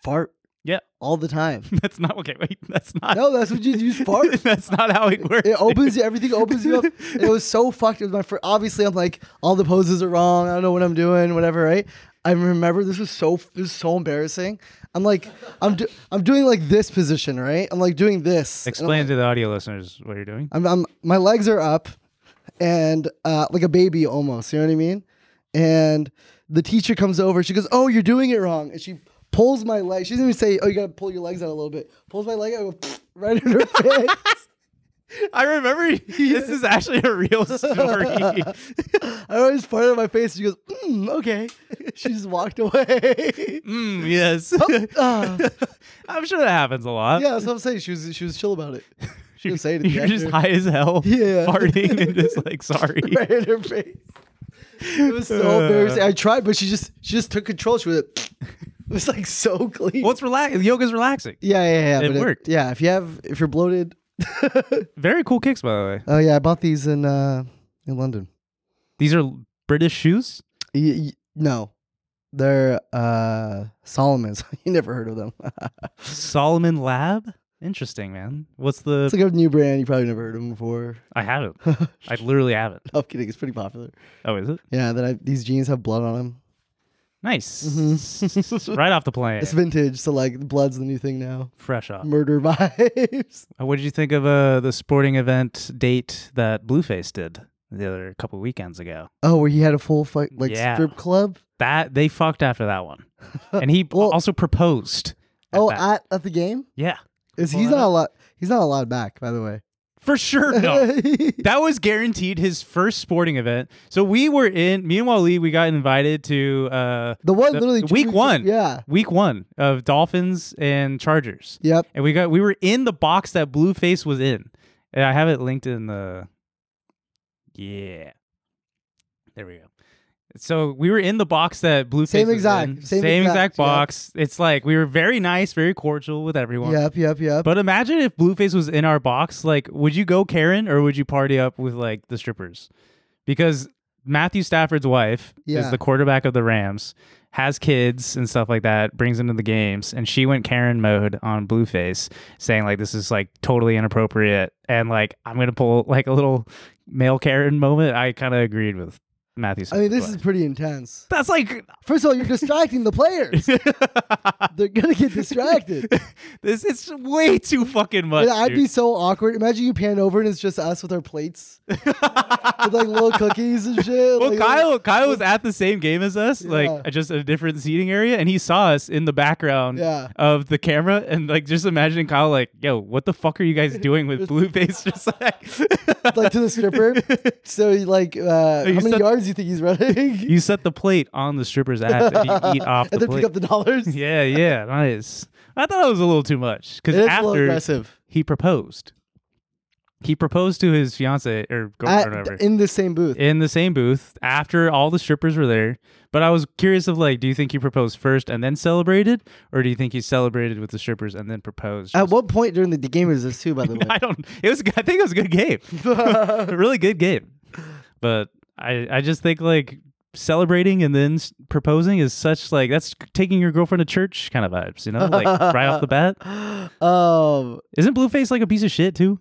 Speaker 2: fart
Speaker 1: Yeah.
Speaker 2: all the time.
Speaker 1: That's not okay. Wait, that's not
Speaker 2: no, that's what you do. you just Fart.
Speaker 1: that's not how it works.
Speaker 2: It uh, opens you. Everything opens you up. And it was so fucked. It was my first. Obviously, I'm like, all the poses are wrong. I don't know what I'm doing. Whatever, right? I remember this was so this was so embarrassing. I'm like, I'm do, I'm doing like this position, right? I'm like doing this. And I'm
Speaker 1: Explain to the audio listeners what you're doing.
Speaker 2: I'm, I'm my legs are up and uh, like a baby almost, you know what I mean? And the teacher comes over, she goes, Oh, you're doing it wrong. And she pulls my leg. She doesn't even say, Oh, you gotta pull your legs out a little bit. Pulls my leg out, I go, right in her face.
Speaker 1: I remember this is actually a real story.
Speaker 2: I always farted in my face. She goes, mm, okay. She just walked away.
Speaker 1: Mm, yes.
Speaker 2: Ah.
Speaker 1: I'm sure that happens a lot.
Speaker 2: yeah, that's what I'm saying. She was she was chill about it. She didn't say anything.
Speaker 1: You're just
Speaker 2: after.
Speaker 1: high as hell.
Speaker 2: Yeah.
Speaker 1: Farting and just like, sorry.
Speaker 2: right in her face. It was so
Speaker 1: Uh.
Speaker 2: embarrassing. I tried, but she just she just took control. She was like, it was like so clean.
Speaker 1: Well, it's relax. Yoga's relaxing.
Speaker 2: Yeah, yeah, yeah.
Speaker 1: It
Speaker 2: but
Speaker 1: worked.
Speaker 2: yeah, if you have, if you're bloated.
Speaker 1: Very cool kicks, by the way.
Speaker 2: Oh yeah, I bought these in uh in London.
Speaker 1: These are British shoes.
Speaker 2: Y- y- no, they're uh Solomon's. you never heard of them?
Speaker 1: Solomon Lab. Interesting, man. What's the?
Speaker 2: it's like a new brand. You probably never heard of them before.
Speaker 1: I haven't. I literally haven't.
Speaker 2: I'm kidding. It's pretty popular.
Speaker 1: Oh, is it?
Speaker 2: Yeah, that I, these jeans have blood on them.
Speaker 1: Nice. right off the plane.
Speaker 2: Mm-hmm. It's Mm. vintage, so like blood's the new thing now.
Speaker 1: Fresh off.
Speaker 2: Murder vibes.
Speaker 1: Uh, What did you think of uh, the sporting event date that Blueface did the other couple weekends ago?
Speaker 2: Oh, where he had a full fight like
Speaker 1: Yeah.
Speaker 2: strip club.
Speaker 1: That they fucked after that one, and he
Speaker 2: Well-
Speaker 1: also proposed. at
Speaker 2: oh,
Speaker 1: that.
Speaker 2: at at the game.
Speaker 1: yeah,
Speaker 2: Is
Speaker 1: Pull
Speaker 2: he's
Speaker 1: that
Speaker 2: not
Speaker 1: up.
Speaker 2: a lot? He's not allowed back, by the way.
Speaker 1: for sure. No, that was guaranteed his first sporting event. So we were in. Me and Wally, we got invited to uh,
Speaker 2: the one literally two
Speaker 1: week
Speaker 2: weeks-
Speaker 1: one.
Speaker 2: Yeah.
Speaker 1: week one of Dolphins and Chargers,
Speaker 2: Yep.
Speaker 1: and we got we were in the box that Blueface was in. And I have it linked in the. Yeah, there we go. So we were in the box that Blueface
Speaker 2: Same
Speaker 1: was
Speaker 2: exact-
Speaker 1: in.
Speaker 2: same
Speaker 1: same
Speaker 2: exact,
Speaker 1: exact
Speaker 2: yeah.
Speaker 1: box. It's like we were very nice, very cordial with everyone.
Speaker 2: Yep. Yep. Yep.
Speaker 1: But imagine if Blueface was in our box. Like, would you go Karen or would you party up with like the strippers? Because Matthew Stafford's wife
Speaker 2: Yeah.
Speaker 1: is the quarterback of the Rams, has kids and stuff like that, brings them to the games, and she went Karen mode on Blueface, saying like this is like totally inappropriate, and like I'm gonna pull like a little male Karen moment. I kind of agreed with Matthew.
Speaker 2: I mean,
Speaker 1: Stafford's
Speaker 2: this is
Speaker 1: wife.
Speaker 2: pretty intense.
Speaker 1: that's like
Speaker 2: First of all, you're distracting the players. They're gonna get distracted.
Speaker 1: this. It's way too fucking much.
Speaker 2: And I'd
Speaker 1: dude.
Speaker 2: be so awkward. Imagine you pan over and it's just us with our plates, with like little cookies and shit.
Speaker 1: Well,
Speaker 2: like,
Speaker 1: Kyle, Kyle was at the same game as us,
Speaker 2: Yeah.
Speaker 1: like just a different seating area, and he saw us in the background
Speaker 2: Yeah.
Speaker 1: of the camera, and like just imagining Kyle, like, "Yo, what the fuck are you guys doing with Blueface?" Just like,
Speaker 2: like to the stripper. So like, uh, how
Speaker 1: you
Speaker 2: many
Speaker 1: said-
Speaker 2: yards do you think he's running?
Speaker 1: you set the plate on the stripper's ass and you eat off
Speaker 2: and
Speaker 1: the
Speaker 2: then pick
Speaker 1: plate.
Speaker 2: up the dollars.
Speaker 1: yeah, yeah, nice. I thought it was a little too much because
Speaker 2: It's a little
Speaker 1: after
Speaker 2: aggressive.
Speaker 1: he proposed, he proposed to his fiance or girlfriend, or
Speaker 2: At-
Speaker 1: whatever.
Speaker 2: in the same booth.
Speaker 1: in the same booth after all the strippers were there. But I was curious of like, do you think he proposed first and then celebrated, or do you think he celebrated with the strippers and then proposed?
Speaker 2: At what point during the game is this too? By the way,
Speaker 1: I don't. It was. I think it was a good game, a really good game. But I, I just think like celebrating and then s- proposing is such like that's taking your girlfriend to church kind of vibes, you know, like right off the bat.
Speaker 2: um,
Speaker 1: Isn't Blueface like a piece of shit too?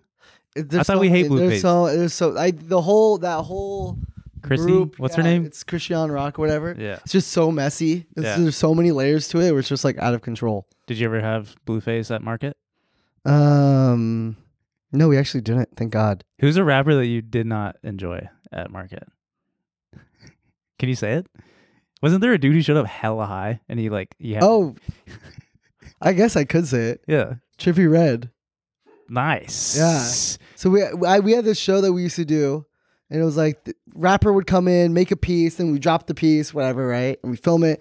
Speaker 2: I
Speaker 1: thought we hate Blueface.
Speaker 2: So, there's so I the whole that whole
Speaker 1: Chrissy?
Speaker 2: group,
Speaker 1: What's
Speaker 2: yeah,
Speaker 1: her name?
Speaker 2: It's Christian Rock, or whatever.
Speaker 1: Yeah.
Speaker 2: it's just so messy. It's,
Speaker 1: Yeah.
Speaker 2: There's so many layers to it. Where it's just like out of control.
Speaker 1: Did you ever have Blueface at market?
Speaker 2: Um, no, we actually didn't. Thank God.
Speaker 1: Who's a rapper that you did not enjoy at Market? Can you say it? Wasn't there a dude who showed up hella high and he like yeah
Speaker 2: Oh, I guess I could say it.
Speaker 1: yeah
Speaker 2: Trippy Red.
Speaker 1: nice
Speaker 2: Yeah. So we I, we had this show that we used to do, And it was like the rapper would come in, make a piece, and we drop the piece, whatever, right? And we film it,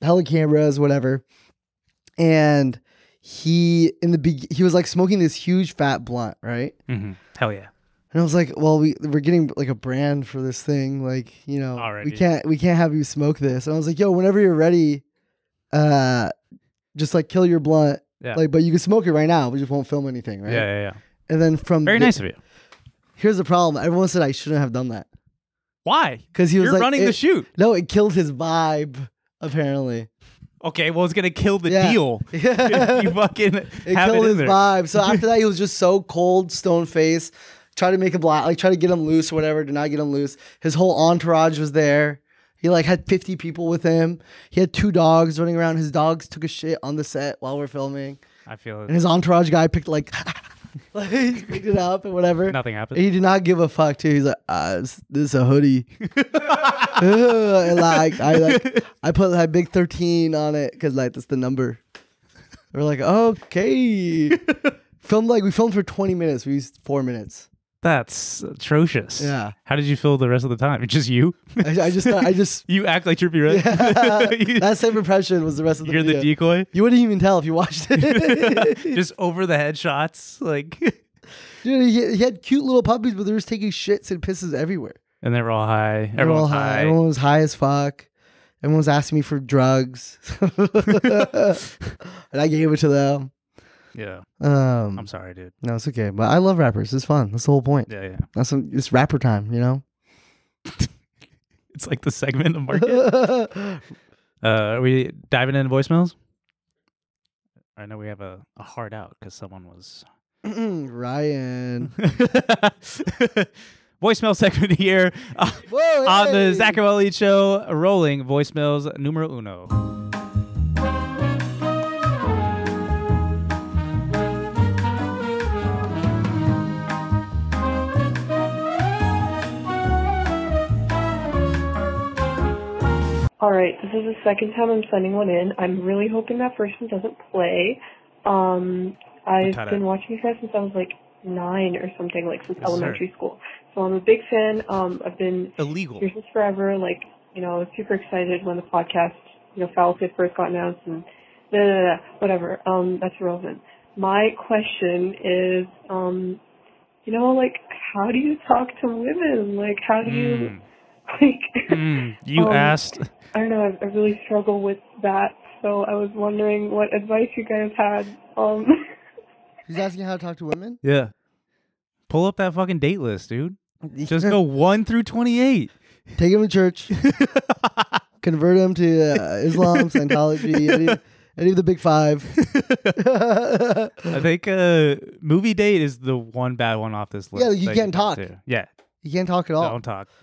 Speaker 2: hella cameras, whatever. And he in the be- he was like smoking this huge fat blunt, right?
Speaker 1: hmm Hell yeah.
Speaker 2: And I was like, well, we we're getting like a brand for this thing, like you know,
Speaker 1: Already.
Speaker 2: we can't we can't have you smoke this. And I was like, yo, whenever you're ready, uh, just like kill your blunt,
Speaker 1: Yeah.
Speaker 2: like, but you can smoke it right now. We just won't film anything, right?
Speaker 1: Yeah, yeah, yeah.
Speaker 2: And then from
Speaker 1: Very
Speaker 2: the-
Speaker 1: nice of you.
Speaker 2: Here's the problem. Everyone said I shouldn't have done that
Speaker 1: Why?
Speaker 2: because he was
Speaker 1: You're
Speaker 2: like,
Speaker 1: running
Speaker 2: it-
Speaker 1: the shoot.
Speaker 2: No, it killed his vibe. Apparently,
Speaker 1: Okay, well, it's gonna kill the
Speaker 2: Yeah.
Speaker 1: deal. If you fucking
Speaker 2: it
Speaker 1: have
Speaker 2: killed
Speaker 1: it in
Speaker 2: his
Speaker 1: there.
Speaker 2: vibe. So after that, he was just so cold, stone face. Try to make him black, like try to get him loose or whatever. Did not get him loose. His whole entourage was there. He like had fifty people with him. He had two dogs running around. His dogs took a shit on the set while we're filming,
Speaker 1: I feel
Speaker 2: and
Speaker 1: it.
Speaker 2: his entourage guy picked like. Like picked it up and whatever.
Speaker 1: Nothing happened.
Speaker 2: He did not give a fuck too. He's like, ah, this, this is a hoodie. Ugh, and like I like I put like big thirteen on it because like that's the number. We're like, okay. filmed like we filmed for twenty minutes. We used four minutes.
Speaker 1: That's atrocious.
Speaker 2: Yeah.
Speaker 1: How did you feel the rest of the time? Just you?
Speaker 2: I, I just I just
Speaker 1: you act like you're right.
Speaker 2: that same impression was the rest of the
Speaker 1: you're the
Speaker 2: video.
Speaker 1: decoy.
Speaker 2: you wouldn't even tell if you watched it.
Speaker 1: Just over the head shots, like,
Speaker 2: Dude, he, he had cute little puppies, but they were just taking shits and pisses everywhere.
Speaker 1: and they were all high.
Speaker 2: They were all
Speaker 1: Everyone's
Speaker 2: high.
Speaker 1: high.
Speaker 2: Everyone was high as fuck. Everyone was asking me for drugs, and I gave it to them.
Speaker 1: Yeah,
Speaker 2: Um,
Speaker 1: I'm sorry, dude.
Speaker 2: No, it's okay. But I love rappers. It's fun. That's the whole point.
Speaker 1: Yeah, yeah.
Speaker 2: That's some, it's rapper time, you know?
Speaker 1: It's like the segment of market. uh, are we diving into voicemails? I know we have a, a hard out because someone was
Speaker 2: Ryan.
Speaker 1: voicemail segment here uh,
Speaker 2: Whoa,
Speaker 1: on the
Speaker 2: hey!
Speaker 1: Zach and Wally show. Rolling voicemails numero uno.
Speaker 3: All right, this is the second time I'm sending one in. I'm really hoping that first one doesn't play. Um, I've
Speaker 1: Kinda-
Speaker 3: been watching you guys since I was like nine or something, like since
Speaker 1: Yes, sir.
Speaker 3: elementary school. So I'm a big fan. Um, I've been
Speaker 1: Illegal.
Speaker 3: here since forever. Like, you know, I was super excited when the podcast, you know, Foul Pit first got announced and da, da, da, da, whatever. Um, that's irrelevant. My question is, um, you know, like, how do you talk to women? Like, how do you,
Speaker 1: Hmm.
Speaker 3: like,
Speaker 1: Mm, you
Speaker 3: Um,
Speaker 1: asked.
Speaker 3: I don't know. I, I really struggle with that, so I was wondering what advice you guys had. Um,
Speaker 2: He's asking how to talk to women?
Speaker 1: Yeah. Pull up that fucking date list, dude. Just
Speaker 2: Yeah.
Speaker 1: go one through twenty-eight.
Speaker 2: Take him to church. convert him to uh, Islam, Scientology, any, any of the big five.
Speaker 1: I think uh, movie date is the one bad one off this list.
Speaker 2: Yeah, you
Speaker 1: that
Speaker 2: can't
Speaker 1: can
Speaker 2: talk. Oh.
Speaker 1: to. Yeah,
Speaker 2: You can't talk at all.
Speaker 1: don't talk.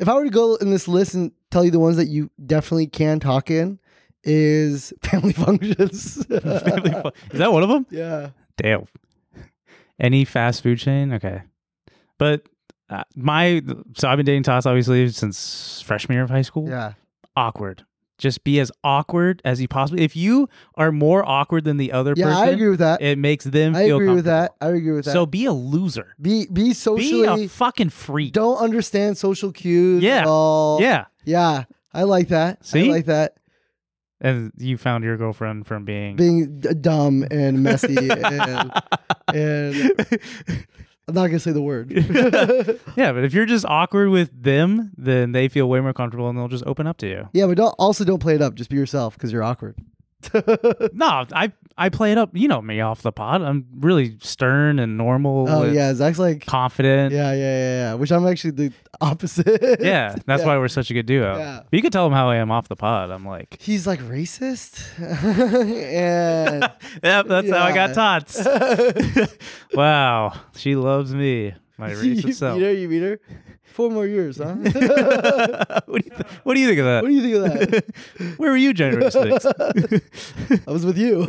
Speaker 2: If I were to go in this list and tell you the ones that you definitely can talk in, is family functions.
Speaker 1: Family fu- is that one of them?
Speaker 2: yeah.
Speaker 1: Damn. Any fast food chain? Okay. But uh, my, so I've been dating Toss obviously since freshman year of high school.
Speaker 2: Yeah.
Speaker 1: Awkward. Just be as awkward as you possibly. If you are more awkward than the other
Speaker 2: Yeah,
Speaker 1: person,
Speaker 2: I agree with that.
Speaker 1: it makes them
Speaker 2: I
Speaker 1: feel
Speaker 2: agree with that.
Speaker 1: comfortable.
Speaker 2: I agree with that.
Speaker 1: So be a loser.
Speaker 2: be be
Speaker 1: Be
Speaker 2: socially
Speaker 1: a fucking freak.
Speaker 2: don't understand social cues
Speaker 1: Yeah.
Speaker 2: at all.
Speaker 1: Yeah.
Speaker 2: Yeah. I like that.
Speaker 1: See?
Speaker 2: I like that.
Speaker 1: And you found your girlfriend from being.
Speaker 2: Being d- dumb and messy and, and I'm not gonna say the word.
Speaker 1: yeah, but if you're just awkward with them, then they feel way more comfortable and they'll just open up to you.
Speaker 2: yeah, but don't also don't play it up. Just be yourself because you're awkward.
Speaker 1: No, I I play it up. You know me off the pod. I'm really stern and normal.
Speaker 2: Oh
Speaker 1: with-
Speaker 2: yeah, Zach's like
Speaker 1: confident.
Speaker 2: yeah, yeah, yeah, yeah. Which I'm actually the opposite.
Speaker 1: Yeah, that's why we're such a good duo.
Speaker 2: Yeah.
Speaker 1: But you could tell them how I am off the pod. I'm like,
Speaker 2: He's like racist, and
Speaker 1: yep, that's how I got
Speaker 2: Yeah.
Speaker 1: tots. wow, she loves me, my
Speaker 2: you
Speaker 1: racist
Speaker 2: beat
Speaker 1: self.
Speaker 2: her, you beat her. Four more years, huh? what
Speaker 1: what, do you th- what do you think of that?
Speaker 2: do you think of that?
Speaker 1: Where were you January 6th?
Speaker 2: I was with you.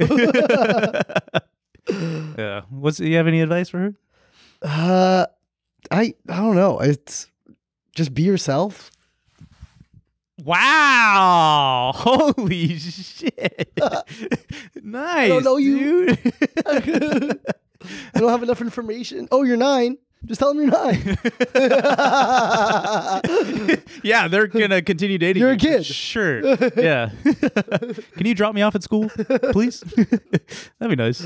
Speaker 1: yeah. What's you have any advice for her?
Speaker 2: Uh, I I don't know. It's just be yourself.
Speaker 1: Wow! Holy shit! nice.
Speaker 2: know you.
Speaker 1: dude.
Speaker 2: I don't have enough information. Oh, you're nine. Just tell them you're not.
Speaker 1: yeah, they're gonna continue dating.
Speaker 2: You're a
Speaker 1: you for
Speaker 2: kid.
Speaker 1: sure. Yeah. Can you drop me off at school, please? That'd be nice.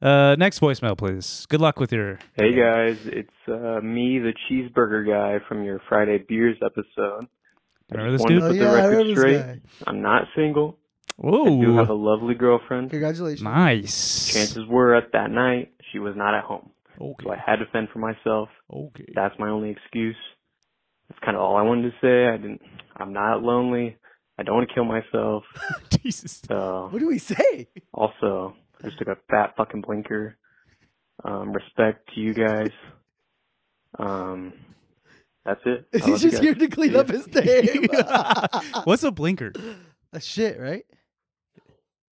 Speaker 1: Uh, next voicemail, please. Good luck with your.
Speaker 4: Hey guys, it's uh, me, the cheeseburger guy from your Friday beers episode.
Speaker 1: Remember this
Speaker 4: Wanted to
Speaker 1: dude?
Speaker 2: Oh,
Speaker 4: put
Speaker 2: yeah, I
Speaker 4: the
Speaker 2: remember
Speaker 4: record
Speaker 2: this
Speaker 4: straight.
Speaker 2: guy.
Speaker 4: I'm not single. I do have a
Speaker 1: Whoa!
Speaker 4: lovely girlfriend.
Speaker 2: Congratulations.
Speaker 1: Nice.
Speaker 4: Chances were at that night she was not at home, so I
Speaker 1: Okay.
Speaker 4: had to fend for myself.
Speaker 1: Okay.
Speaker 4: That's my only excuse. That's kind of all I wanted to say. I didn't. I'm not lonely. I don't want to kill myself.
Speaker 1: Jesus.
Speaker 4: So
Speaker 2: What do we say?
Speaker 4: also, I just took a fat fucking blinker. Um, respect to you guys. Um, that's it.
Speaker 1: Oh,
Speaker 4: I
Speaker 2: He's
Speaker 4: love you
Speaker 2: just
Speaker 4: guys.
Speaker 2: here to clean
Speaker 4: Yeah.
Speaker 2: up his name.
Speaker 1: What's a blinker?
Speaker 2: That's shit, right?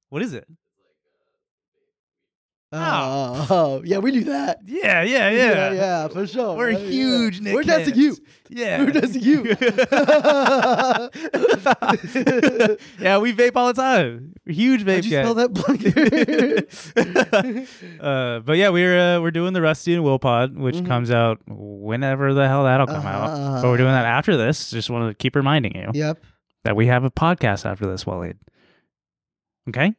Speaker 1: What is it?
Speaker 2: Oh, oh, yeah, we do that.
Speaker 1: Yeah, yeah, yeah.
Speaker 2: Yeah, yeah, for sure.
Speaker 1: We're
Speaker 2: Yeah.
Speaker 1: huge
Speaker 2: We're dancing
Speaker 1: dickheads.
Speaker 2: you.
Speaker 1: Yeah.
Speaker 2: We're dancing you.
Speaker 1: yeah, we vape all the time. We're huge vape
Speaker 2: Did you
Speaker 1: guys.
Speaker 2: spell that blinker?
Speaker 1: uh, but yeah, we're uh, we're doing the Rusty and Will pod, which
Speaker 2: Mm-hmm.
Speaker 1: comes out whenever the hell that'll come
Speaker 2: Uh-huh.
Speaker 1: out. But we're doing that after this. Just want to keep reminding you
Speaker 2: yep.
Speaker 1: that we have a podcast after this, Waleed. Okay.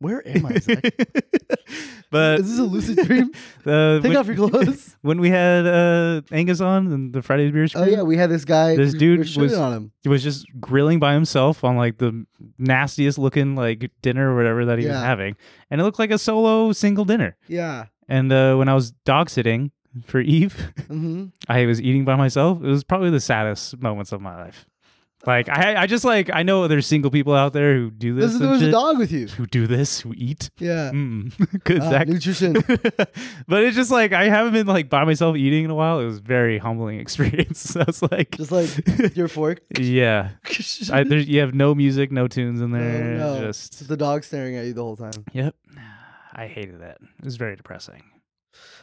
Speaker 2: Where am I? Zach?
Speaker 1: but
Speaker 2: Is this a lucid dream?
Speaker 1: uh,
Speaker 2: Take
Speaker 1: when,
Speaker 2: off your clothes.
Speaker 1: when we had uh, Angus on and the Friday beer,
Speaker 2: Oh
Speaker 1: screen,
Speaker 2: yeah, we had this guy.
Speaker 1: This
Speaker 2: we-
Speaker 1: dude
Speaker 2: we were shitting
Speaker 1: was-
Speaker 2: on him.
Speaker 1: he was just grilling by himself on like the nastiest looking like dinner or whatever that he was
Speaker 2: Yeah.
Speaker 1: having, and it looked like a solo single dinner.
Speaker 2: Yeah.
Speaker 1: And uh, when I was dog sitting for Eve,
Speaker 2: hmm
Speaker 1: I was eating by myself. It was probably the saddest moments of my life. Like I, I just like I know there's single people out there who do
Speaker 2: This
Speaker 1: this,
Speaker 2: is
Speaker 1: and
Speaker 2: there was a
Speaker 1: shit,
Speaker 2: dog with you.
Speaker 1: who do this, who eat.
Speaker 2: Yeah.
Speaker 1: Mm. Good
Speaker 2: Uh,
Speaker 1: Zach.
Speaker 2: nutrition.
Speaker 1: but it's just like I haven't been like by myself eating in a while. It was a very humbling experience. So I was like,
Speaker 2: Just like your fork.
Speaker 1: yeah, I, there, you have no music, no tunes in
Speaker 2: Oh,
Speaker 1: there.
Speaker 2: no.
Speaker 1: Just
Speaker 2: the dog staring at you the whole time.
Speaker 1: yep. I hated that. It was very depressing.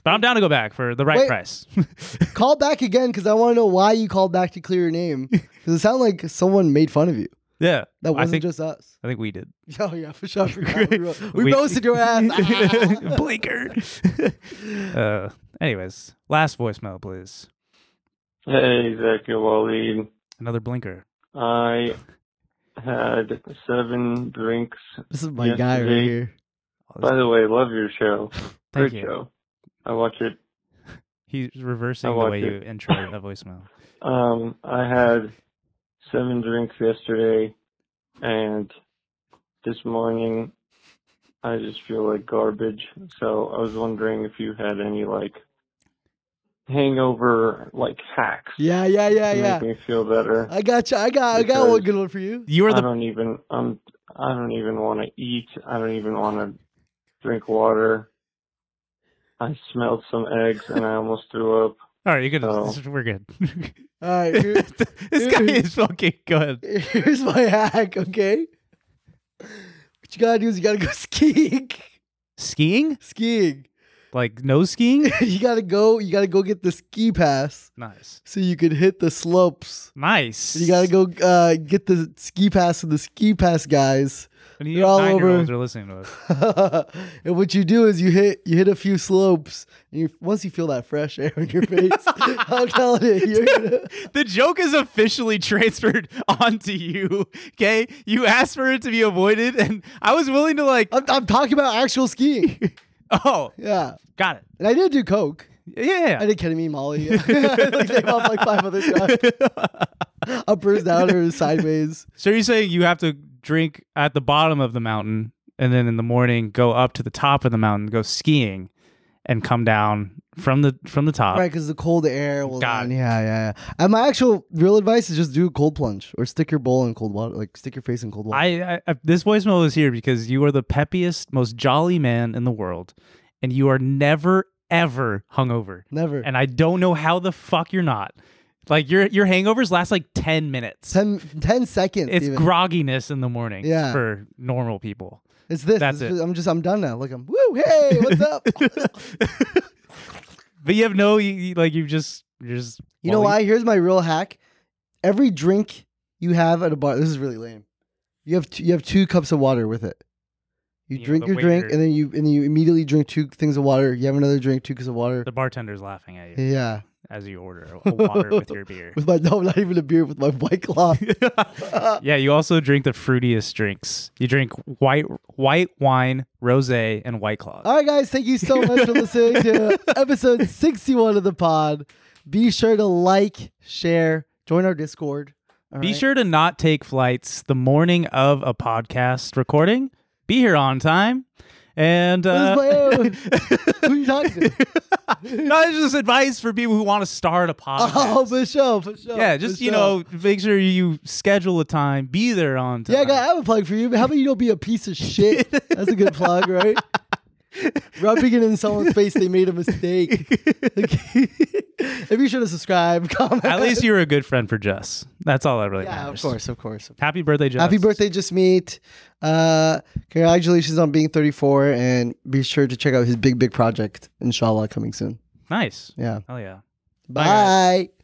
Speaker 1: But I'm down to go back for the right
Speaker 2: Wait.
Speaker 1: price.
Speaker 2: Call back again because I want to know why you called back to clear your name. Because it sounded like someone made fun of you.
Speaker 1: yeah,
Speaker 2: That
Speaker 1: I
Speaker 2: wasn't
Speaker 1: think
Speaker 2: just us.
Speaker 1: I think we did.
Speaker 2: Oh yeah, for sure. I forgot. we ro- we,
Speaker 1: We-
Speaker 2: roasted your ass. Ah.
Speaker 1: Blinker. uh, anyways, last voicemail, please.
Speaker 4: Hey, Zach and Waleed.
Speaker 1: Another blinker.
Speaker 4: I had seven drinks.
Speaker 2: this is my guy right
Speaker 4: Yesterday.
Speaker 2: here.
Speaker 4: By the way, love your show.
Speaker 1: Thank
Speaker 4: Great
Speaker 1: you.
Speaker 4: show. I watch it.
Speaker 1: He's reversing
Speaker 4: I
Speaker 1: the
Speaker 4: watch
Speaker 1: way
Speaker 4: it.
Speaker 1: you intro a voicemail.
Speaker 4: Um, I had seven drinks yesterday, and this morning I just feel like garbage. So I was wondering if you had any like hangover like hacks
Speaker 2: Yeah, yeah, yeah,
Speaker 4: to
Speaker 2: yeah.
Speaker 4: make me feel better.
Speaker 2: I got you. I got. I got one
Speaker 4: Because-
Speaker 2: good one for you.
Speaker 1: You are
Speaker 4: I
Speaker 1: the
Speaker 4: don't even I'm I don't even want to eat. I don't even want to drink water. I smelled some eggs and I almost threw up.
Speaker 1: all right. You good?
Speaker 4: Oh.
Speaker 1: We're good.
Speaker 2: All right. here-
Speaker 1: this guy is fucking good.
Speaker 2: here's my hack. Okay. What you gotta do is you gotta go skiing.
Speaker 1: Skiing?
Speaker 2: skiing.
Speaker 1: Like no skiing?
Speaker 2: You gotta go. You gotta go get the ski pass
Speaker 1: nice.
Speaker 2: so you can hit the slopes.
Speaker 1: Nice.
Speaker 2: You gotta go uh, get the ski pass and the ski pass guys.
Speaker 1: And
Speaker 2: They're
Speaker 1: you
Speaker 2: all
Speaker 1: nine year olds
Speaker 2: over.
Speaker 1: are listening to us.
Speaker 2: and what you do is you hit you hit a few slopes, and you once you feel that fresh air in your face, I'm telling you, you're gonna,
Speaker 1: The joke is officially transferred onto you. Okay, you asked for it to be avoided, and I was willing to like.
Speaker 2: I'm, I'm talking about actual skiing.
Speaker 1: Oh,
Speaker 2: Yeah,
Speaker 1: got it.
Speaker 2: and I did do coke.
Speaker 1: Yeah.
Speaker 2: I did ketamine, Molly. I gave off like five other shots, uppers, downers, sideways.
Speaker 1: So you're saying you have to drink at the bottom of the mountain and then in the morning go up to the top of the mountain, go skiing, and come down from the from the top.
Speaker 2: Right, because the cold air will.
Speaker 1: Uh, Got it.
Speaker 2: Yeah, yeah, yeah. And my actual real advice is just do a cold plunge or stick your bowl in cold water, like stick your face in cold water.
Speaker 1: I, I, I this voicemail is here because you are the peppiest, most jolly man in the world, and you are never ever hungover.
Speaker 2: Never.
Speaker 1: And I don't know how the fuck you're not. Like your your hangovers last like ten minutes.
Speaker 2: 10, 10 seconds.
Speaker 1: it's
Speaker 2: even.
Speaker 1: grogginess in the morning
Speaker 2: Yeah.
Speaker 1: for normal people.
Speaker 2: It's this.
Speaker 1: That's
Speaker 2: It's
Speaker 1: it.
Speaker 2: just- I'm just. I'm done now. Like I'm. Woo! Hey, what's up?
Speaker 1: But you have no you, you- like you just you're just
Speaker 2: you know
Speaker 1: well,
Speaker 2: why? Here's my real hack. Every drink you have at a bar. This is really lame. You have two, you have two cups of water with it. You
Speaker 1: You know,
Speaker 2: drink
Speaker 1: the
Speaker 2: your drink,
Speaker 1: waiter-
Speaker 2: and then you and then you immediately drink two things of water. You have another drink, two cups of water.
Speaker 1: The bartender's laughing at you
Speaker 2: Yeah,
Speaker 1: as you order a water with your beer.
Speaker 2: with my no, not even a beer, with my white claw.
Speaker 1: yeah, you also drink the fruitiest drinks. You drink white white wine, rosé, and white claws.
Speaker 2: All right, guys, thank you so much for listening to episode 61 of the pod. Be sure to like, share, join our Discord. All
Speaker 1: Be
Speaker 2: right?
Speaker 1: sure to not take flights the morning of a podcast recording. Be here on time. And uh,
Speaker 2: Who's my- Who you talking to?
Speaker 1: no, it's just advice for people who want to start a podcast.
Speaker 2: Oh, for sure, for sure.
Speaker 1: yeah,
Speaker 2: for
Speaker 1: just you
Speaker 2: sure.
Speaker 1: know, make sure you schedule a time, be there on time.
Speaker 2: Yeah, guy, I have a plug for you. How about you don't be a piece of shit? That's a good plug, right? Rubbing it in someone's face, they made a mistake. Okay. and be sure to subscribe, comment.
Speaker 1: At least you're a good friend for Jess. That's all that really
Speaker 2: yeah,
Speaker 1: matters.
Speaker 2: of course, of course.
Speaker 1: Happy birthday, Jess.
Speaker 2: Happy birthday, Just Meet. Uh, congratulations on being 34, and be sure to check out his big, big project, inshallah, coming soon.
Speaker 1: Nice.
Speaker 2: Yeah.
Speaker 1: Hell yeah.
Speaker 2: Bye.
Speaker 1: guys.